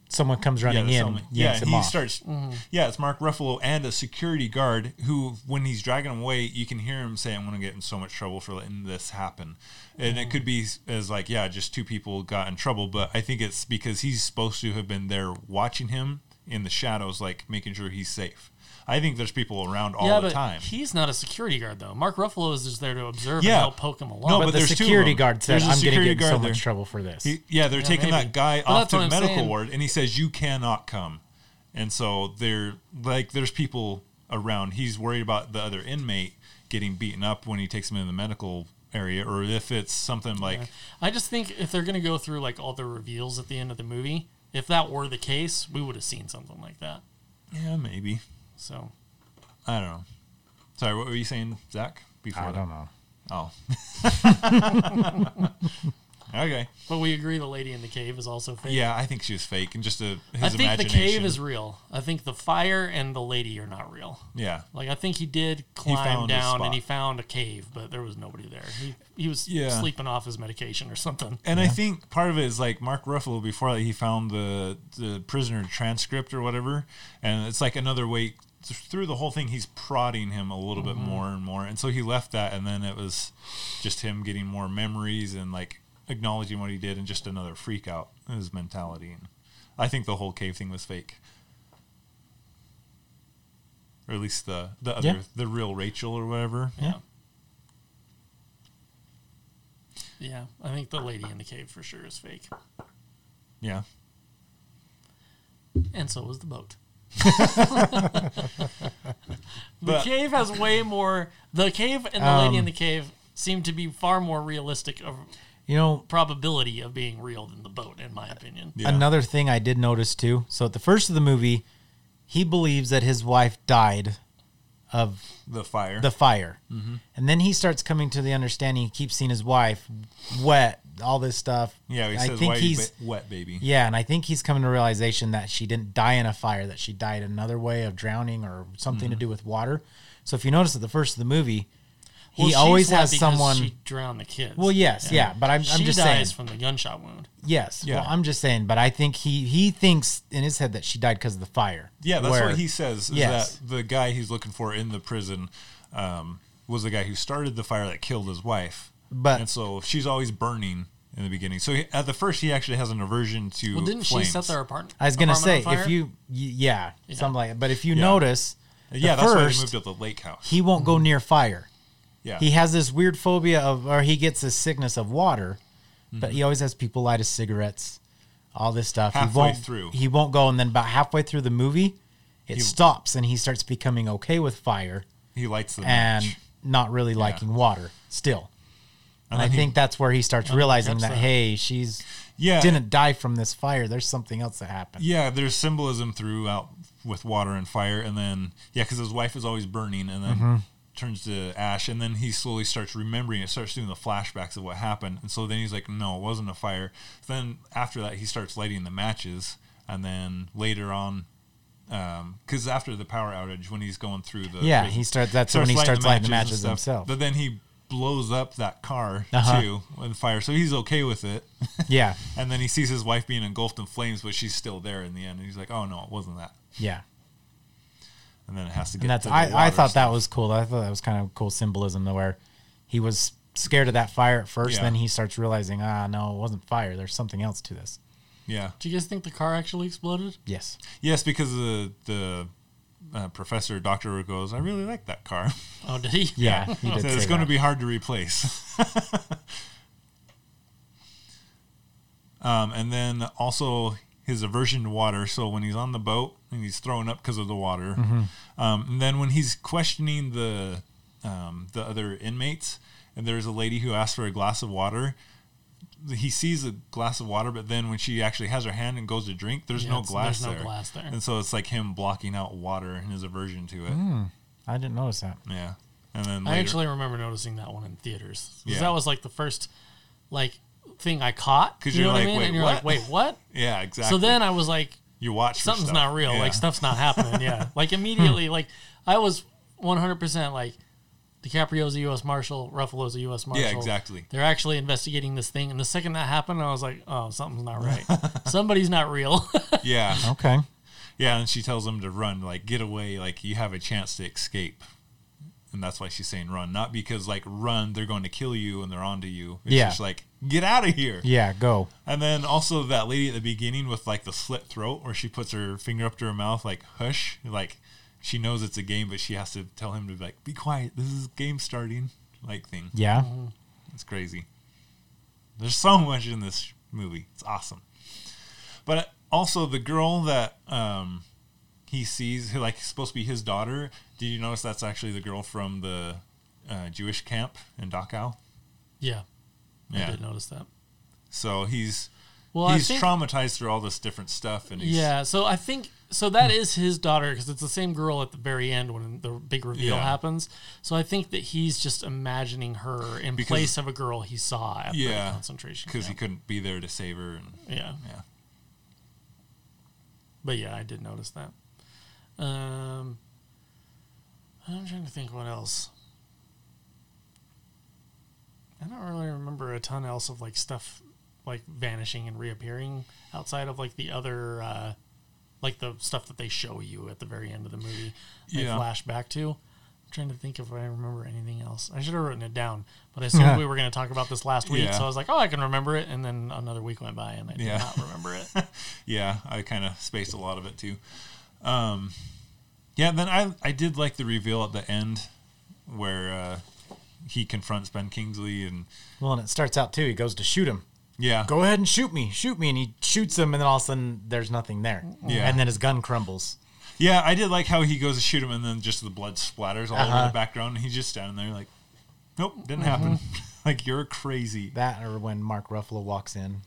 C: someone comes
B: Yeah,
C: running
B: that's
C: in,
B: something.
C: yanks
B: yeah,
C: him
B: he
C: off.
B: starts.
A: Mm-hmm.
B: Yeah, it's Mark Ruffalo and a security guard who, when he's dragging him away, you can hear him say, "I'm going to get in so much trouble for letting this happen." And it could be s-
A: Mm-hmm.
B: as like, yeah, just two people got in trouble, but I think it's because he's supposed to have been there watching him in the shadows, like making sure he's safe. I think there's people around all
A: yeah,
B: the
A: but
B: time.
A: he's not a security guard though. Mark Ruffalo is just there to observe
B: Yeah.
A: and help poke him along.
B: No,
C: but,
B: but
C: the
B: there's two of
C: security
B: them.
C: guard said,
B: There's a
C: "I'm going to
B: security
C: get in so
B: guard
C: much
B: there."
C: trouble for this."
B: He- yeah, they're taking
A: maybe.
B: that guy
A: But
B: off
A: that's
B: to
A: what
B: the
A: I'm
B: medical
A: saying.
B: ward, and he says you cannot come. And so they're like, there's people around. He's worried about the other inmate getting beaten up when he takes him in the medical area, or if it's something like
A: I just think if they're going to go through like all the reveals at the end of the movie, if that were the case, we would have seen something like that.
B: yeah, maybe
A: So
B: I don't know. Sorry, what were you saying, Zach? Before
C: I
B: that?
C: don't know.
B: Oh, Okay.
A: But we agree the lady in the cave is also fake.
B: Yeah, I think she was fake and just a, his
A: I think the
B: imagination.
A: cave is real. I think the fire and the lady are not real.
B: Yeah.
A: Like I think he did climb
B: found his
A: down
B: spot.
A: and he found a cave, but there was nobody there. He he was
B: Yeah.
A: sleeping off his medication or something.
B: And I think part of it is like Mark Ruffalo before that he found the the prisoner transcript or whatever, and it's like another way th- through the whole thing. He's prodding him a little
C: Mm-hmm.
B: bit more and more, and so he left that, and then it was just him getting more memories and like acknowledging what he did, and just another freak out in his mentality. And I think the whole cave thing was fake, or at least the the other
C: Yeah.
B: the real Rachel or whatever.
C: Yeah.
A: Yeah, I think the lady in the cave for sure is fake.
B: Yeah,
A: And so was the boat. the
B: But-
A: cave has way more. The cave and the lady in
C: Um,
A: the cave seem to be far more realistic of
C: You know,
A: probability of being real than the boat, in my opinion.
B: yeah,
C: Another thing I did notice too. So at the first of the movie, he believes that his wife died of
B: the fire.
C: the fire,
B: Mm-hmm.
C: and then he starts coming to the understanding. He keeps seeing his wife wet, all this stuff.
B: yeah, he
C: I
B: says,
C: think
B: "Why are you
C: he's
B: ba- wet, baby?"
C: yeah, and I think he's coming to realization that she didn't die in a fire; that she died another way of drowning or something
B: Mm-hmm.
C: to do with water. So if you notice at the first of the movie, he
A: Well, she's
C: always
A: wet
C: has
A: because
C: someone.
A: She drowned the kids.
C: well, yes, yeah, but I'm, I'm
A: she
C: just saying
A: dies from the gunshot wound.
C: Yes.
B: Yeah.
C: Well, I'm just saying, but I think he he thinks in his head that she died because of the fire.
B: Yeah, that's
C: Where-
B: what he says. Is
C: Yes.
B: that the guy he's looking for in the prison um, was the guy who started the fire that killed his wife.
C: But-
B: and so she's always burning in the beginning. So he, at the first, he actually has an aversion to.
A: Well, didn't
B: flames.
A: she set their apartment?
C: I was gonna say
A: apartment on
C: if
A: fire?
C: you y- yeah, something like that. But if you
B: Yeah.
C: notice,
B: Yeah,
C: the
B: that's why he
C: first
B: moved to the lake house.
C: he won't go near fire.
B: Yeah,
C: He has this weird phobia of, or he gets this sickness of water, but
B: Mm-hmm.
C: he always has people light his cigarettes, all this stuff. he
B: Halfway
C: won't,
B: through.
C: he won't go, and then about halfway through the movie, it stops, and he starts becoming okay with fire
B: he lights the
C: and
B: match.
C: not really liking water still. And I
B: then he-
C: think that's where he starts realizing
A: catch
C: that,
A: that.
C: hey, she's
B: Yeah.
C: didn't die from this fire. There's something else that happened.
B: Yeah, there's symbolism throughout with water and fire, and then yeah, because his wife is always burning, and then
C: Mm-hmm.
B: turns to ash, and then he slowly starts remembering it, starts doing the flashbacks of what happened, and so then he's like, no, it wasn't a fire. then after that, he starts lighting the matches, and then later on. Because after the power outage, when he's going through the
C: Yeah,
B: prison,
C: he starts- that's when he starts lighting the matches
B: and stuff.
C: himself.
B: But then he blows up that car
C: Uh-huh.
B: too with fire, so he's okay with it.
C: Yeah.
B: And then he sees his wife being engulfed in flames, but she's still there in the end. And he's like, "Oh no, it wasn't that."
C: Yeah.
B: And then it has to get.
C: And that's
B: to the
C: I, I
B: water
C: thought
B: stuff.
C: that was cool. I thought that was kind of cool symbolism though, where he was scared of that fire at first,
B: Yeah.
C: then he starts realizing, ah no, it wasn't fire. There's something else to this.
B: Yeah.
A: do you guys think the car actually exploded?
C: Yes.
B: Yes, because the the uh, professor doctor goes, "I really like that car."
A: Oh, did he?
C: Yeah. He did
B: So
C: say
B: it's going to
C: that.
B: be hard to replace. um, and then also his aversion to water. So when he's on the boat and he's throwing up because of the water,
A: Mm-hmm.
B: um, and then when he's questioning the um, the other inmates, and there's a lady who asks for a glass of water. He sees a glass of water, but then when she actually has her hand and goes to drink, there's
A: Yeah,
B: no
A: it's-
B: glass
A: there's no
B: there.
A: glass there.
B: And so it's like him blocking out water and his aversion to it.
C: I didn't notice that.
B: Yeah. And then
A: Hmm. I
B: later-
A: actually remember noticing that one in theaters. 'Cause
B: Yeah.
A: That was like the first like thing I caught.
B: 'Cause
A: you
B: you're
A: know what
B: like,
A: I mean?
B: "Wait,
A: and you're
B: what?"
A: like, wait, what?
B: yeah, exactly.
A: So then I was like,
B: you watch for
A: something's
B: stuff.
A: not real.
B: Yeah.
A: Like stuff's not happening. yeah. Like immediately, like I was 100% like DiCaprio's a U.S. Marshal, Ruffalo's a U.S. Marshal.
B: exactly.
A: They're actually investigating this thing. And the second that happened, I was like, oh, something's not right. Somebody's not real.
B: Yeah,
C: Okay.
B: yeah. And she tells him to run, like get away, like you have a chance to escape. And that's why she's saying run, not because like run, they're going to kill you and they're onto you. It's
C: Yeah.
B: just like get out of here.
C: Yeah, go.
B: And then also that lady at the beginning with like the slit throat, where she puts her finger up to her mouth, like hush, like she knows it's a game, but she has to tell him to be like be quiet. This is game starting, like thing.
C: Yeah.
B: It's crazy. There's so much in this movie. It's awesome. But also the girl that um, he sees, who like is supposed to be his daughter. Did you notice that's actually the girl from the uh, Jewish camp in Dachau?
A: yeah. I
B: Yeah.
A: did notice that.
B: So he's
A: Well, I
B: he's
A: think-
B: traumatized through all this different stuff, and he's,
A: Yeah, so I think so that is his daughter because it's the same girl at the very end when the big reveal
B: Yeah.
A: happens. So I think that he's just imagining her in
B: Because-
A: place of a girl he saw at
B: Yeah,
A: the concentration
B: because he
A: camp.
B: couldn't be there to save her. And
A: yeah,
B: yeah,
A: but yeah, I did notice that. Um, I'm trying to think what else. I don't really remember a ton else of like stuff like vanishing and reappearing outside of like the other uh, like the stuff that they show you at the very end of the movie. They
B: Yeah.
A: flash back to. I'm trying to think if I remember anything else. I should have written it down, but I assumed we were going to talk about this last week,
B: Yeah.
A: so I was like, "Oh, I can remember it." And then another week went by, and I did
B: Yeah.
A: not remember it.
B: yeah, I kind of spaced a lot of it too. Um, yeah, then I I did like the reveal at the end where uh, he confronts Ben Kingsley, and
C: Well, and it starts out too. He goes to shoot him.
B: yeah,
C: Go ahead and shoot me, shoot me, and he shoots him, and then all of a sudden there's nothing there.
B: Yeah.
C: And then his gun crumbles.
B: yeah, I did like how he goes to shoot him, and then just the blood splatters all over
C: Uh-huh.
B: the background, and he's just standing there like, nope, didn't happen. like you're crazy.
C: That or when Mark Ruffalo walks in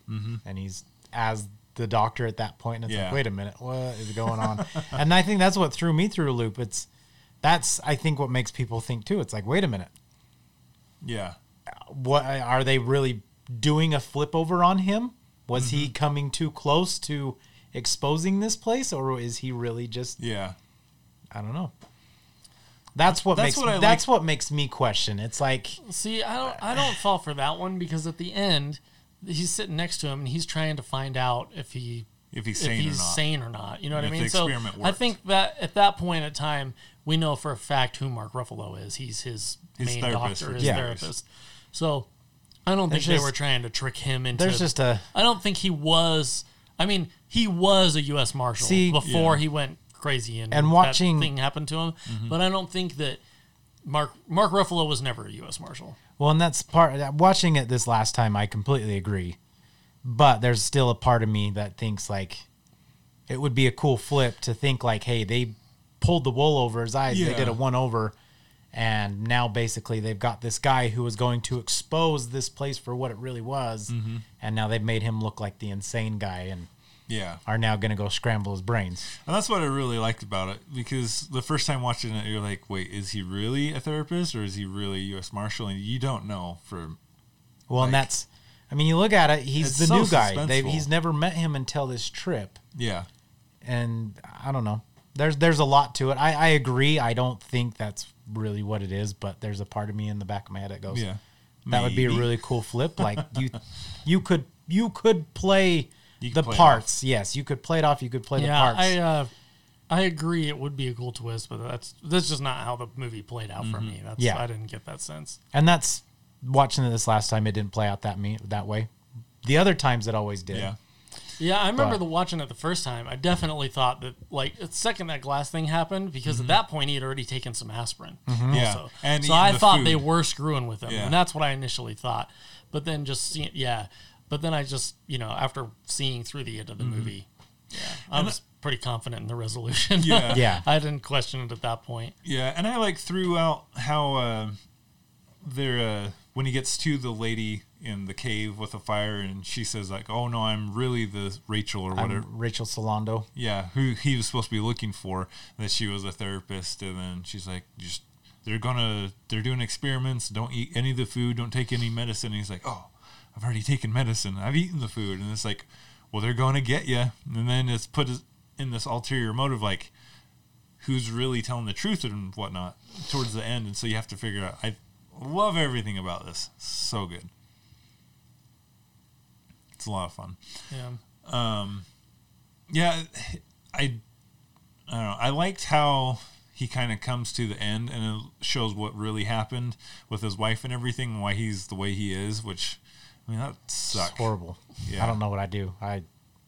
C: and he's as the doctor at that point, and it's
B: Mm-hmm. Yeah.
C: like, wait a minute, what is going on? and I think that's what threw me through a loop. It's that's I think what makes people think too. It's like, wait a minute,
B: Yeah,
C: what are they really doing a flip over on him? Was
B: Mm-hmm.
C: he coming too close to exposing this place, or is he really just
B: yeah.
C: I don't know. That's what
B: That's
C: makes
B: what I
C: that's what makes me question. It's like
A: See, I don't I don't fall for that one because at the end he's sitting next to him and he's trying to find out if he
B: If he's
A: if
B: sane
A: he's
B: or not.
A: sane or not. You know what I
B: And if
A: mean?
B: the
A: So
B: experiment
A: I
B: worked.
A: think that at that point in time we know for a fact who Mark Ruffalo is. He's his,
B: His
A: main
B: therapist
A: doctor,
B: for
A: his
C: two
B: years.
A: therapist. So I don't think
C: There's
A: they
C: just-
A: were trying to trick him into
C: there's just a
A: I don't think he was I mean, he was a US Marshal
C: See-
A: before
B: Yeah. Mm-hmm.
A: he went crazy and,
C: And
A: that
C: watching-
A: thing happened to him. But I don't think that Mark Mark Ruffalo was never a US Marshal.
C: well, and that's part that- watching it this last time. I completely agree, but there's still a part of me that thinks like it would be a cool flip to think like, hey, they pulled the wool over his eyes. They
B: Yeah.
C: did a one over, and now basically they've got this guy who was going to expose this place for what it really was,
B: Mm-hmm.
C: and now they've made him look like the insane guy and
B: Yeah.
C: are now going to go scramble his brains.
B: And that's what I really liked about it because the first time watching it, you're like, wait, is he really a therapist or is he really a U.S. Marshal? And you don't know for.
C: Well, and that's, I mean, you look at it, he's
B: It's
C: the
B: so
C: new guy. They,
B: suspenseful.
C: he's never met him until this trip.
B: Yeah.
C: And I don't know. There's there's a lot to it. I, I agree. I don't think that's really what it is, but there's a part of me in the back of my head that goes,
B: Yeah.
C: that would be a
B: Maybe.
C: really cool flip. Like you you could you could play
B: You could
C: the
B: play it
C: parts. Yes, you could play it off. You could play
A: yeah,
C: the parts.
A: I uh, I agree. It would be a cool twist, but that's that's just not how the movie played out
B: Mm-hmm.
A: for me. That's
C: Yeah.
A: I didn't get that sense.
C: and that's watching it this last time. It didn't play out that me that way. The other times it always did.
B: Yeah.
A: Yeah, I remember
C: But-
A: the watching it the first time. I definitely thought that like the second that glass thing happened because at that point he had already taken some aspirin.
B: Mm-hmm.
C: Mm-hmm.
B: Yeah.
A: Also.
B: And
A: so
B: eating
A: I
B: the
A: thought
B: food.
A: they were screwing with him,
B: Yeah.
A: and that's what I initially thought. But then just seeing, yeah, but then I just you know after seeing through the end of the
B: Mm-hmm.
A: movie, yeah, I was pretty confident in the resolution.
B: Yeah.
C: Yeah.
A: I didn't question it at that point.
B: Yeah, and I like threw out how uh, they're uh, when he gets to the lady in the cave with the fire, and she says like, "Oh no, I'm really the Rachel or whatever."
C: I'm Rachel Solando.
B: yeah, who he was supposed to be looking for. That she was a therapist, and then she's like, "Just they're gonna they're doing experiments. Don't eat any of the food. Don't take any medicine." And he's like, "Oh, I've already taken medicine. I've eaten the food." And it's like, "Well, they're gonna get you." And then it's put in this ulterior motive, like who's really telling the truth and whatnot towards the end. And so you have to figure out. I love everything about this. So good. It's a lot of fun.
A: Yeah.
B: Yeah, I, I don't know. I liked how he kind of comes to the end and it shows what really happened with his wife and everything, and why he's the way he is. Which, I mean, that
C: It's
B: sucks.
C: horrible.
B: Yeah.
C: I don't know what I do. I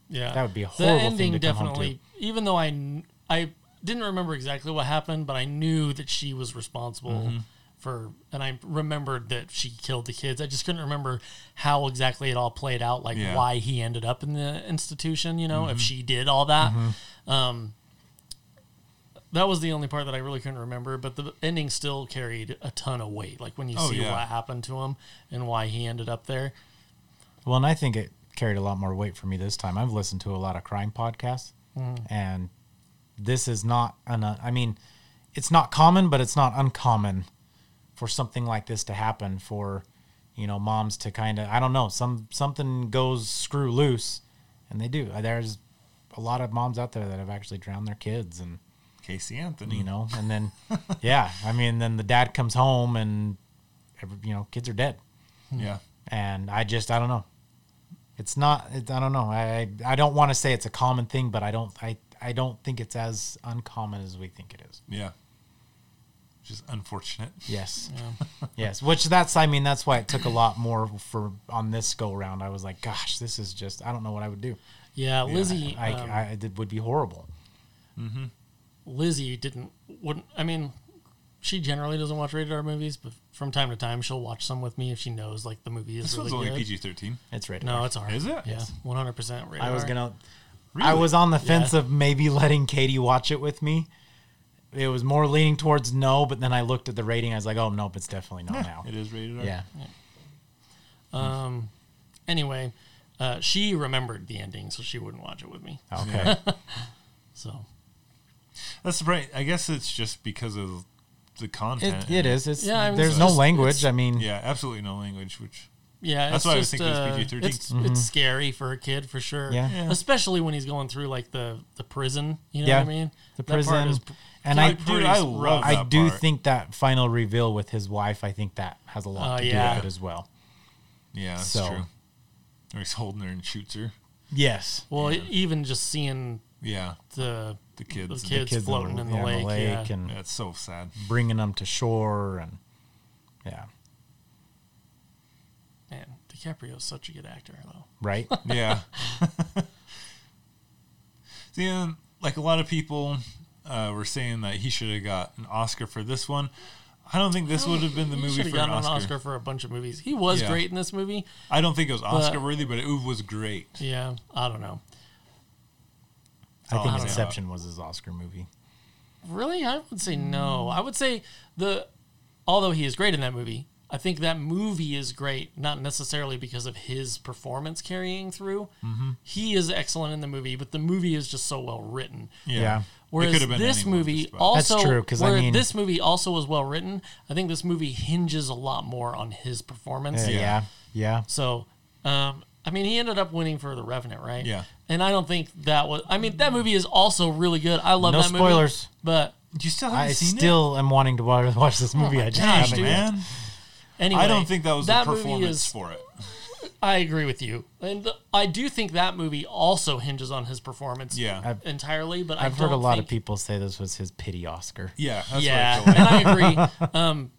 A: Yeah,
C: That would be a horrible
A: The
C: thing
A: ending
C: to come home
A: definitely, even though I kn- I didn't remember exactly what happened, but I knew that she was responsible
C: Mm-hmm.
A: for, and I remembered that she killed the kids. I just couldn't remember how exactly it all played out, like
B: Yeah.
A: why he ended up in the institution. You
C: Mm-hmm.
A: know, if she did all that. Um, that was the only part that I really couldn't remember, but the ending still carried a ton of weight. Like when you
B: Oh,
A: see
B: yeah.
A: what happened to him and why he ended up there.
C: Well, and I think it carried a lot more weight for me this time. I've listened to a lot of crime podcasts, and this is not an. uh, I mean, it's not common, but it's not uncommon for something like this to happen. For you know, moms to kind of I don't know some something goes screw loose, and they do. Uh, There's a lot of moms out there that have actually drowned their kids and
B: Casey Anthony.
C: you know and then yeah i mean then the dad comes home and every, you know kids are dead
B: Yeah.
C: and i just i don't know it's not it, i don't know i i don't want to say it's a common thing but i don't i i don't think it's as uncommon as we think it is
B: Yeah. Just unfortunate.
C: yes yes which that's i mean that's why it took a lot more for on this go round i was like gosh this is just i don't know what i would do
A: Yeah, Lizzie.
C: i,
A: um,
C: I it would be horrible
A: Lizzie didn't wouldn't I mean she generally doesn't watch rated R movies, but from time to time she'll watch some with me if she knows like the movie is
B: This
A: really
B: one's only
A: good.
B: PG 13.
C: it's right
A: No, it's R.
B: Is it?
A: Yeah,
B: Yes.
A: one hundred percent rated.
C: I was
A: R.
C: gonna. I
B: Really?
C: was on the fence of maybe letting Katie watch it with me. It was more leaning towards no, but then I looked at the rating. I was like, oh nope, it's definitely not now.
B: It is rated R.
C: Yeah,
A: Um, anyway, uh, she remembered the ending, so she wouldn't watch it with me.
B: Oh.
C: okay.
A: So
B: That's the right. I guess it's just because of the content.
C: it, it is. It's
A: Yeah, I mean,
C: there's
A: it's
C: no
A: just-
C: language.
A: it's-
C: I mean,
B: Yeah, absolutely no language, which
A: yeah,
B: That's
A: it's
B: why I
A: just,
B: was thinking it's
A: uh,
B: PG-13.
A: It's, it's scary for a kid for sure.
C: Mm-hmm. Yeah. Yeah.
A: especially when he's going through like the the prison. You know
C: Yeah.
A: what I mean? That
C: the
A: part
C: prison,
A: is pr-
C: and
B: I
C: I,
B: do- dude, I
A: pretty
B: love
A: rough.
C: I
B: that
C: do
B: part.
C: think that final reveal with his wife. I think that has a lot
A: Oh,
C: to do
A: yeah.
C: with it as well.
B: Yeah, that's
C: So-
B: true. Or he's holding her and shoots her.
C: Yes,
A: Well, even just seeing
B: Yeah,
A: the
B: the kids.
A: The kid- Kids floating in the
C: yeah,
A: lake, yeah.
C: and
B: That's so sad.
C: bringing them to shore, and yeah,
A: man, DiCaprio's such a good actor though.
C: right.
B: Yeah. See, and, like a lot of people uh, were saying that he should have got an Oscar for this one. I don't think this would have been the
A: Oh, He
B: movie
A: should've
B: for an
A: gotten
B: Oscar.
A: for a bunch of movies. He was
B: Yeah.
A: great in this movie.
B: I don't think it was Oscar worthy, but it was great.
A: Yeah, I don't know.
C: I
B: Oh,
C: think
B: yeah.
C: Inception was his Oscar movie.
A: Really, I would say no. I would say the although he is great in that movie, I think that movie is great not necessarily because of his performance carrying through.
B: Mm-hmm.
A: He is excellent in the movie, but the movie is just so well written.
C: Yeah.
A: Whereas
B: could have been
A: this
B: anyone
A: movie
B: just about.
C: That's
A: also,
C: true, 'cause I
A: where
C: mean-
A: this movie also was well written, I think this movie hinges a lot more on his performance.
C: yeah, yeah.
A: So, um, I mean, he ended up winning for The Revenant, right?
B: Yeah.
A: And I don't think that was. I mean, that movie is also really good. I love
C: No
A: that movie.
C: spoilers.
A: But
B: You still haven't
C: I
B: seen it?
C: still am wanting to watch, watch this movie. I just
A: Oh, gosh,
C: haven't
A: dude.
C: yet.
B: man.
A: anyway,
B: I don't think that was
A: that
B: the
A: movie
B: performance
A: is-
B: for it.
A: I agree with you, and th- I do think that movie also hinges on his performance.
B: Yeah. I've-
A: entirely. But
C: I've
A: I
C: heard a
A: don't
C: lot
A: think,
C: of people say this was his pity Oscar.
B: Yeah, that's
A: yeah,
B: what I feel like.
A: and I agree. Um,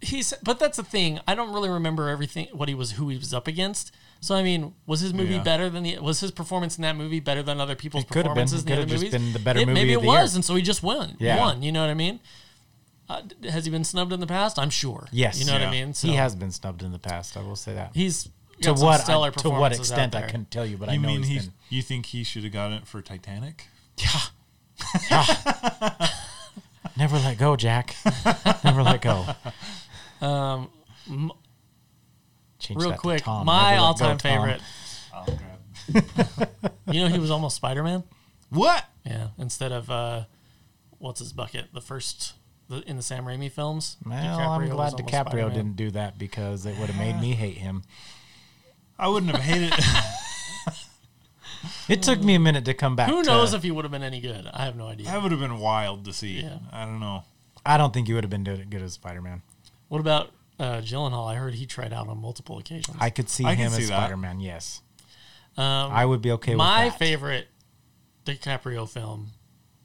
A: he's but that's the thing. I don't really remember everything what he was who he was up against. So I mean, was his movie
B: Yeah.
A: better than the was his performance in that movie better than other people's
C: It could have been.
A: performances
C: It could
A: in the
C: have
A: other
C: just
A: movies?
C: been the better
A: it,
C: movie
A: Maybe
C: of
A: it
C: the year.
A: was, and so he just won.
C: Yeah.
A: won. You know what I mean? Uh, d- has he been snubbed in the past? I'm sure.
C: Yes.
A: you know
B: Yeah.
A: what I mean. So
C: He has been snubbed in the past. I will say that.
A: He's
C: to
A: got some
C: what
A: stellar
C: I, to what
A: performances out
C: extent I
A: there.
C: couldn't tell you, but I
B: You
C: know
B: mean
C: he's
B: he?
C: been.
B: You think he should have gotten it for Titanic?
C: Never let go, Jack. Never let go. Change
A: Um, Real
C: that to
A: quick,
C: Tom.
A: my
C: Never let
A: all-time
C: go, Tom.
A: favorite. You know, he was almost Spider-Man.
B: What?
A: Yeah, instead of uh, what's his bucket? The first the, in the Sam Raimi films.
C: Well,
A: DiCaprio
C: I'm glad
A: was almost
C: DiCaprio
A: Spider-Man.
C: didn't do that because it would have made me hate him.
B: I wouldn't have hated it.
C: It took me a minute to come back.
A: Who
C: to-
A: knows if he would have been any good? I have no idea.
B: that would have been wild to see.
A: Yeah.
B: I don't know.
C: I don't think he would have been doing good as Spider-Man.
A: What about uh, Gyllenhaal? I heard he tried out on multiple occasions.
C: I could see
B: I can
C: him
B: see
C: as
B: that.
C: Spider-Man. Yes,
A: um,
C: I would be okay
A: my
C: with that.
A: favorite DiCaprio film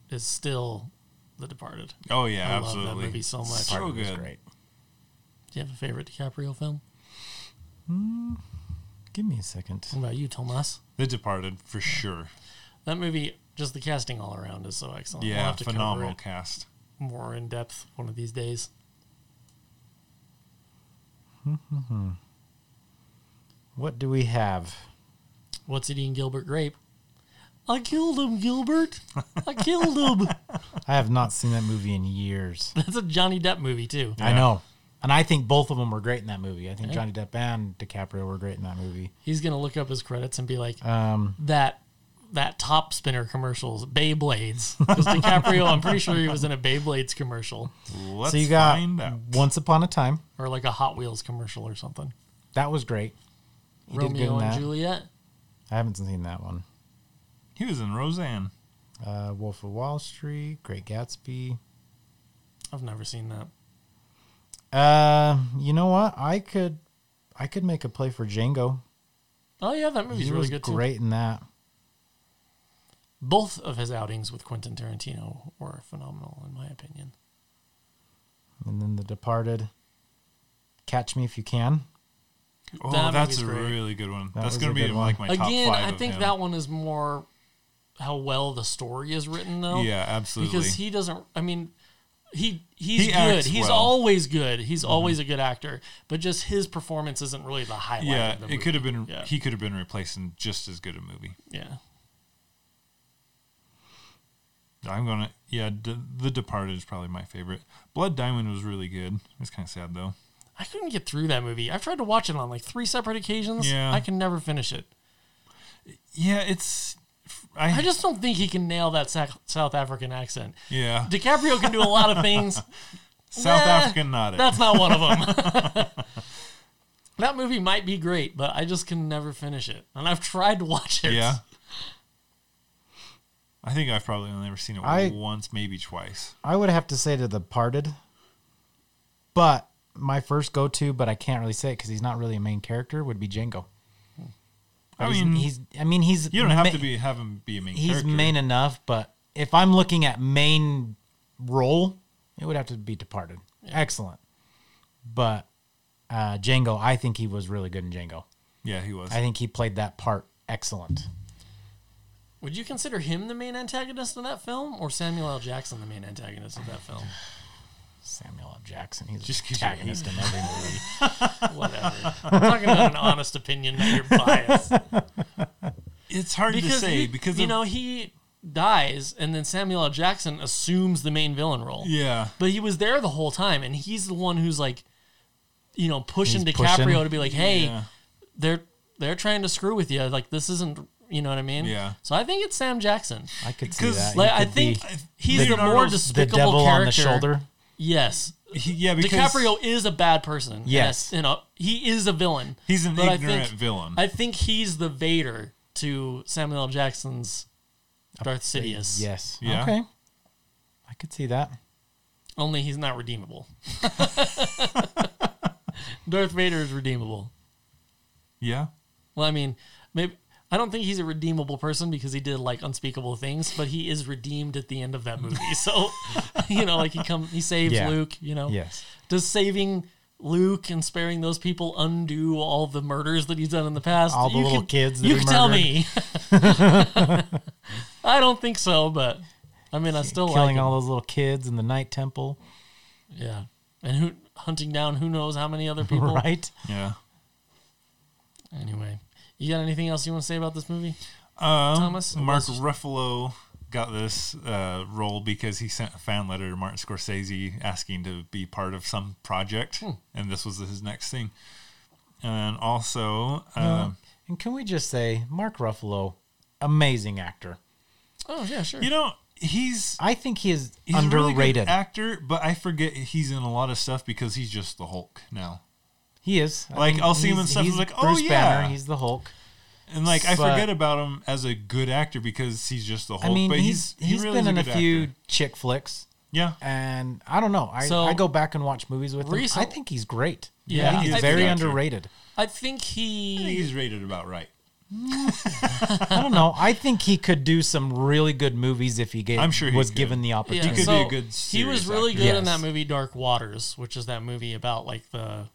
A: is still The Departed.
B: Oh yeah,
A: I
B: absolutely.
A: love that movie so much.
B: So
A: Do
C: It was
B: good.
C: great.
A: you have a favorite DiCaprio film?
C: Give me a second.
A: What about you, Tomas?
B: The Departed for sure.
A: That movie, just the casting all around is so excellent. we'll
B: Yeah,
A: have to
B: phenomenal
A: cover
B: cast.
A: it more in depth one of these days.
C: What do we have?
A: What's eating Gilbert Grape? I killed him, Gilbert. I killed him.
C: I have not seen that movie in years.
A: That's a Johnny Depp movie too.
C: I know. And I think both of them were great in that movie. I think Johnny Depp and DiCaprio were great in that movie.
A: He's gonna look up his credits and be like,
C: Um,
A: that that top spinner commercials, Beyblades. Because DiCaprio, I'm pretty sure he was in a Beyblades commercial
B: Let's
C: so you got
B: find out.
C: Once Upon a Time.
A: or like a Hot Wheels commercial or something.
C: That was great. He did good in
A: Romeo and
C: that.
A: Juliet.
C: I haven't seen that one.
B: He was in Roseanne.
C: Uh, Wolf of Wall Street, Great Gatsby.
A: I've never seen that.
C: Uh, you know what? I could, I could make a play for Django.
A: Oh yeah, that movie's
C: he
A: really
C: was
A: good too.
C: great in that.
A: Both of his outings with Quentin Tarantino were phenomenal, in my opinion.
C: And then The Departed. Catch Me If You Can.
B: Oh,
A: That
B: that's a
A: movie's great.
B: really good one.
C: That
B: that's
C: was
B: going
C: a
B: to be
C: good
B: in, like my top
A: Again,
B: five.
A: I
B: of
A: think
B: him.
A: that one is more how well the story is written, though.
B: Yeah, absolutely.
A: because he doesn't. I mean, he he's
B: He
A: good.
B: acts
A: He's
B: well. Mm-hmm.
A: always good. He's always a good actor. But just his performance isn't really the highlight.
B: yeah,
A: of the movie.
B: it could have been.
A: Yeah.
B: He could have been replaced in just as good a movie.
A: yeah.
B: I'm gonna. Yeah, D- The Departed is probably my favorite. Blood Diamond was really good. It's kind of sad though.
A: I couldn't get through that movie. I've tried to watch it on like three separate occasions.
B: Yeah.
A: I can never finish it.
B: Yeah, it's.
A: I just don't think he can nail that Sac- South African accent.
B: yeah.
A: DiCaprio can do a lot of things.
B: South
A: Nah,
B: African, not it.
A: That's not one of them. that movie might be great, but I just can never finish it. And I've tried to watch it.
B: Yeah. I think I've probably only ever seen it
C: I-
B: once, maybe twice.
C: I would have to say to The Parted, but my first go to, but I can't really say it because he's not really a main character, would be Django.
B: I
C: He's-
B: mean,
C: he's. I mean, he's.
B: you don't have
C: ma-
B: to be have him be a main
C: He's
B: character.
C: main enough, but if I'm looking at main role, it would have to be Departed. Excellent, but uh, Django. I think he was really good in Django.
B: yeah, he was.
C: I think he played that part excellent.
A: Would you consider him the main antagonist of that film or Samuel L. Jackson the main antagonist of that film?
C: Samuel L. Jackson. He's
B: Just 'cause
C: just
B: you're
C: antagonist in every movie.
A: Whatever. I'm talking about an honest opinion, not your bias.
B: it's hard to
A: Because,
B: say
A: he-
B: because
A: you
B: of-
A: know, he dies and then Samuel L. Jackson assumes the main villain role.
B: yeah,
A: But he was there the whole time, and he's the one who's like, you know, pushing
C: He's
A: DiCaprio
C: pushing.
A: to be like, "Hey,
B: Yeah.
A: they're they're trying to screw with you. Like this isn't, you know what I mean?"
B: Yeah.
A: So I think it's Sam Jackson.
C: I could see
B: 'Cause,
C: that. He
A: Like I
C: could
A: think
C: be
A: he's the more
B: Leonardo's the
C: the
A: despicable
C: devil
A: character.
C: on the shoulder.
A: Yes,
B: he, yeah. Because
A: DiCaprio is a bad person.
C: Yes.
A: you know, he is a villain.
B: he's an
A: but I
B: ignorant
A: think-
B: villain.
A: I think he's the Vader to Samuel L. Jackson's Darth Sidious.
C: Yes.
B: Yeah.
C: Okay. I could see that.
A: Only he's not redeemable. Darth Vader is redeemable.
B: yeah,
A: Well, I mean, maybe I don't think he's a redeemable person because he did like unspeakable things, but he is redeemed at the end of that movie. So, you know, like he come he saves
C: Yeah.
A: Luke, you know.
C: Yes.
A: Does saving Luke and sparing those people undo all the murders that he's done in the past?
C: All the little kids that
A: you
C: he
A: can tell
C: murdered.
A: me. I don't think so, but I mean, I still like
C: Killing
A: him.
C: all those little kids in the night temple,
A: yeah, and who hunting down who knows how many other people.
C: right?
B: yeah.
A: Anyway, you got anything else you want to say about this movie?
B: Um,
A: Thomas, it
B: Mark
A: was-
B: Ruffalo got this uh, role because he sent a fan letter to Martin Scorsese asking to be part of some project,
A: Hmm.
B: and this was his next thing. And also, um,
C: And can we just say, Mark Ruffalo, amazing actor.
A: Oh yeah, sure.
B: you know, he's
C: I think he is
B: he's a really
C: underrated.
B: good actor, but I forget he's in a lot of stuff because he's just the Hulk now.
C: he is. I
B: Like,
C: mean,
B: I'll see him
C: he's-
B: in stuff,
C: he's
B: like, oh,
C: Bruce
B: yeah.
C: Banner, he's the Hulk.
B: And like I
C: But-
B: forget about him as a good actor because he's just the Hulk.
C: I mean,
B: but
C: he's
B: he's he
C: he's
B: really
C: been
B: is
C: in a
B: good
C: few
B: actor.
C: chick flicks,
B: Yeah,
C: and I don't know. I,
A: So-
C: I go back and watch movies with
A: Recent-
C: him. I think he's great.
A: Yeah,
C: I think
A: he's a
C: he's,
A: good
C: very
B: actor.
C: underrated.
A: I think
B: I think
A: he.
B: he's rated about right.
C: I don't know. I think he could do some really good movies if he gave,
B: I'm sure he
C: was
B: could.
C: given the
A: Yeah,
C: opportunity.
B: could be
A: so
B: a good
A: He was
B: serious
A: really
B: actor.
A: good in that
C: Yes.
A: movie Dark Waters, which is that movie about like the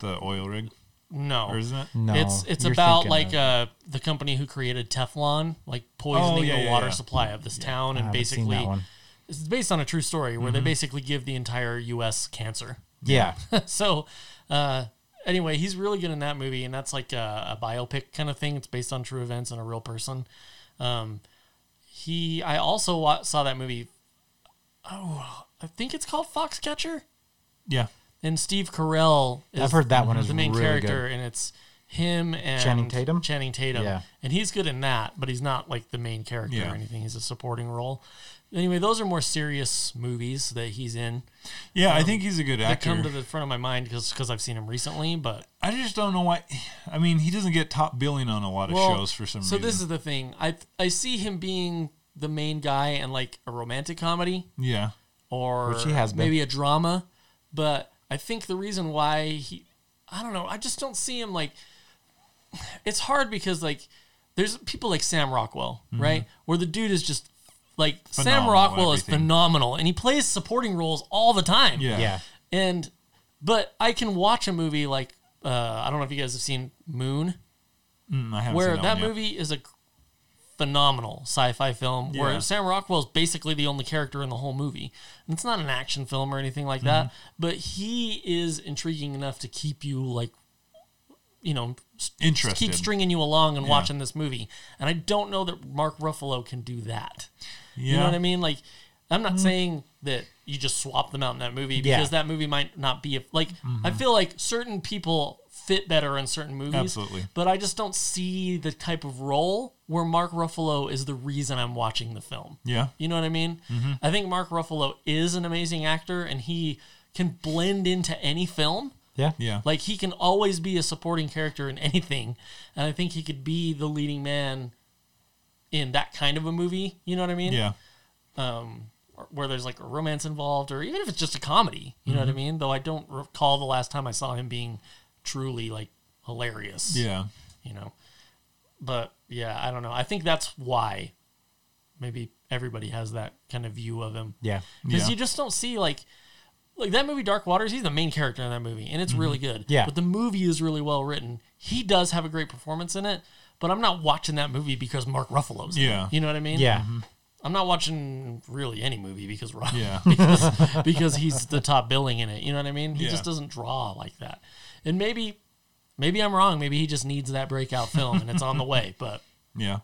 B: The oil rig,
A: no.
B: or isn't it?
C: No,
A: it's it's
C: you're
A: about
C: thinking
A: like
C: of-
A: uh the company who created Teflon, like poisoning
B: Oh, yeah,
A: the
B: yeah,
A: water
B: yeah.
A: supply of this town, and
C: haven't seen
A: basically
C: that one. Mm-hmm.
A: it's based on a true story where they basically give the entire U.S. cancer.
C: yeah,
A: so uh, anyway, he's really good in that movie, and that's like a, a biopic kind of thing. It's based on true events and a real person. Um, he, I also wa- saw that movie. Oh, I think it's called Foxcatcher.
B: Yeah,
A: And Steve Carell is
C: I've heard that one is
A: the main
C: really
A: character, and it's him and
C: Channing Tatum?
A: Channing Tatum,
C: Yeah.
A: and he's good in that, but he's not like the main character
B: Yeah.
A: or anything. He's a supporting role. Anyway, those are more serious movies that he's in
B: Yeah,
C: Um,
B: I think he's a good
A: that come
B: actor.
A: to the front of my mind because I've seen him recently. But
B: I just don't know why. I mean, he doesn't get top billing on a lot of
A: well,
B: shows for some
A: so
B: reason.
A: this is the thing. I I see him being the main guy in like a romantic comedy.
B: yeah,
A: or
C: Which he has been.
A: maybe a drama. But I think the reason why he, I don't know, I just don't see him like. It's hard because like there's people like Sam Rockwell, right? Where the dude is just like Sam
B: Mm-hmm. Phenomenal
A: Rockwell is
B: everything.
A: phenomenal, and he plays supporting roles all the time.
B: yeah,
C: Yeah.
A: And but I can watch a movie like uh, I don't know if you guys have seen Moon
B: Mm, I haven't
A: where that,
B: seen that, one yet.
A: movie is a phenomenal sci-fi film
B: Yeah.
A: where Sam Rockwell is basically the only character in the whole movie. And it's not an action film or anything like that,
B: Mm-hmm.
A: but he is intriguing enough to keep you like you know, s-
B: Interested.
A: keep stringing you along and watching this movie. And I don't know that Mark Ruffalo can do that. You know
B: Yeah. Mm.
A: what I mean? Like, I'm not saying that you just swap them out in that movie
C: Yeah.
A: because that movie might not be a, like. I
B: Mm-hmm.
A: feel like certain people fit better in certain movies,
B: Absolutely.
A: But I just don't see the type of role where Mark Ruffalo is the reason I'm watching the film.
B: Yeah, Mm-hmm.
A: You know what I mean? I think Mark Ruffalo is an amazing actor, and he can blend into any film.
C: Yeah.
B: yeah,
A: Like he can always be a supporting character in anything, and I think he could be the leading man in that kind of a movie. You know what I mean?
B: yeah,
A: Um, or- where there's like a romance involved, or even if it's just a comedy. You know
B: Mm-hmm.
A: what I mean? Though I don't recall the last time I saw him being truly like hilarious.
B: yeah.
A: You know. But yeah, I don't know. I think that's why maybe everybody has that kind of view of him
C: Yeah.
A: because
B: Yeah.
A: you just don't see like like that movie Dark Waters. He's the main character in that movie, and
B: Mm-hmm.
A: it's really good.
C: Yeah.
A: but the movie is really well written. He does have a great performance in it, but I'm not watching that movie because Mark Ruffalo's. in it.
B: Yeah.
A: you know what I mean.
C: Yeah.
A: I'm not watching really any movie because Ro-
B: Yeah.
A: because, because he's the top billing in it. You know what I mean? He
B: Yeah.
A: just doesn't draw like that. And maybe maybe I'm wrong. Maybe he just needs that breakout film and it's on the way. But
B: Yeah.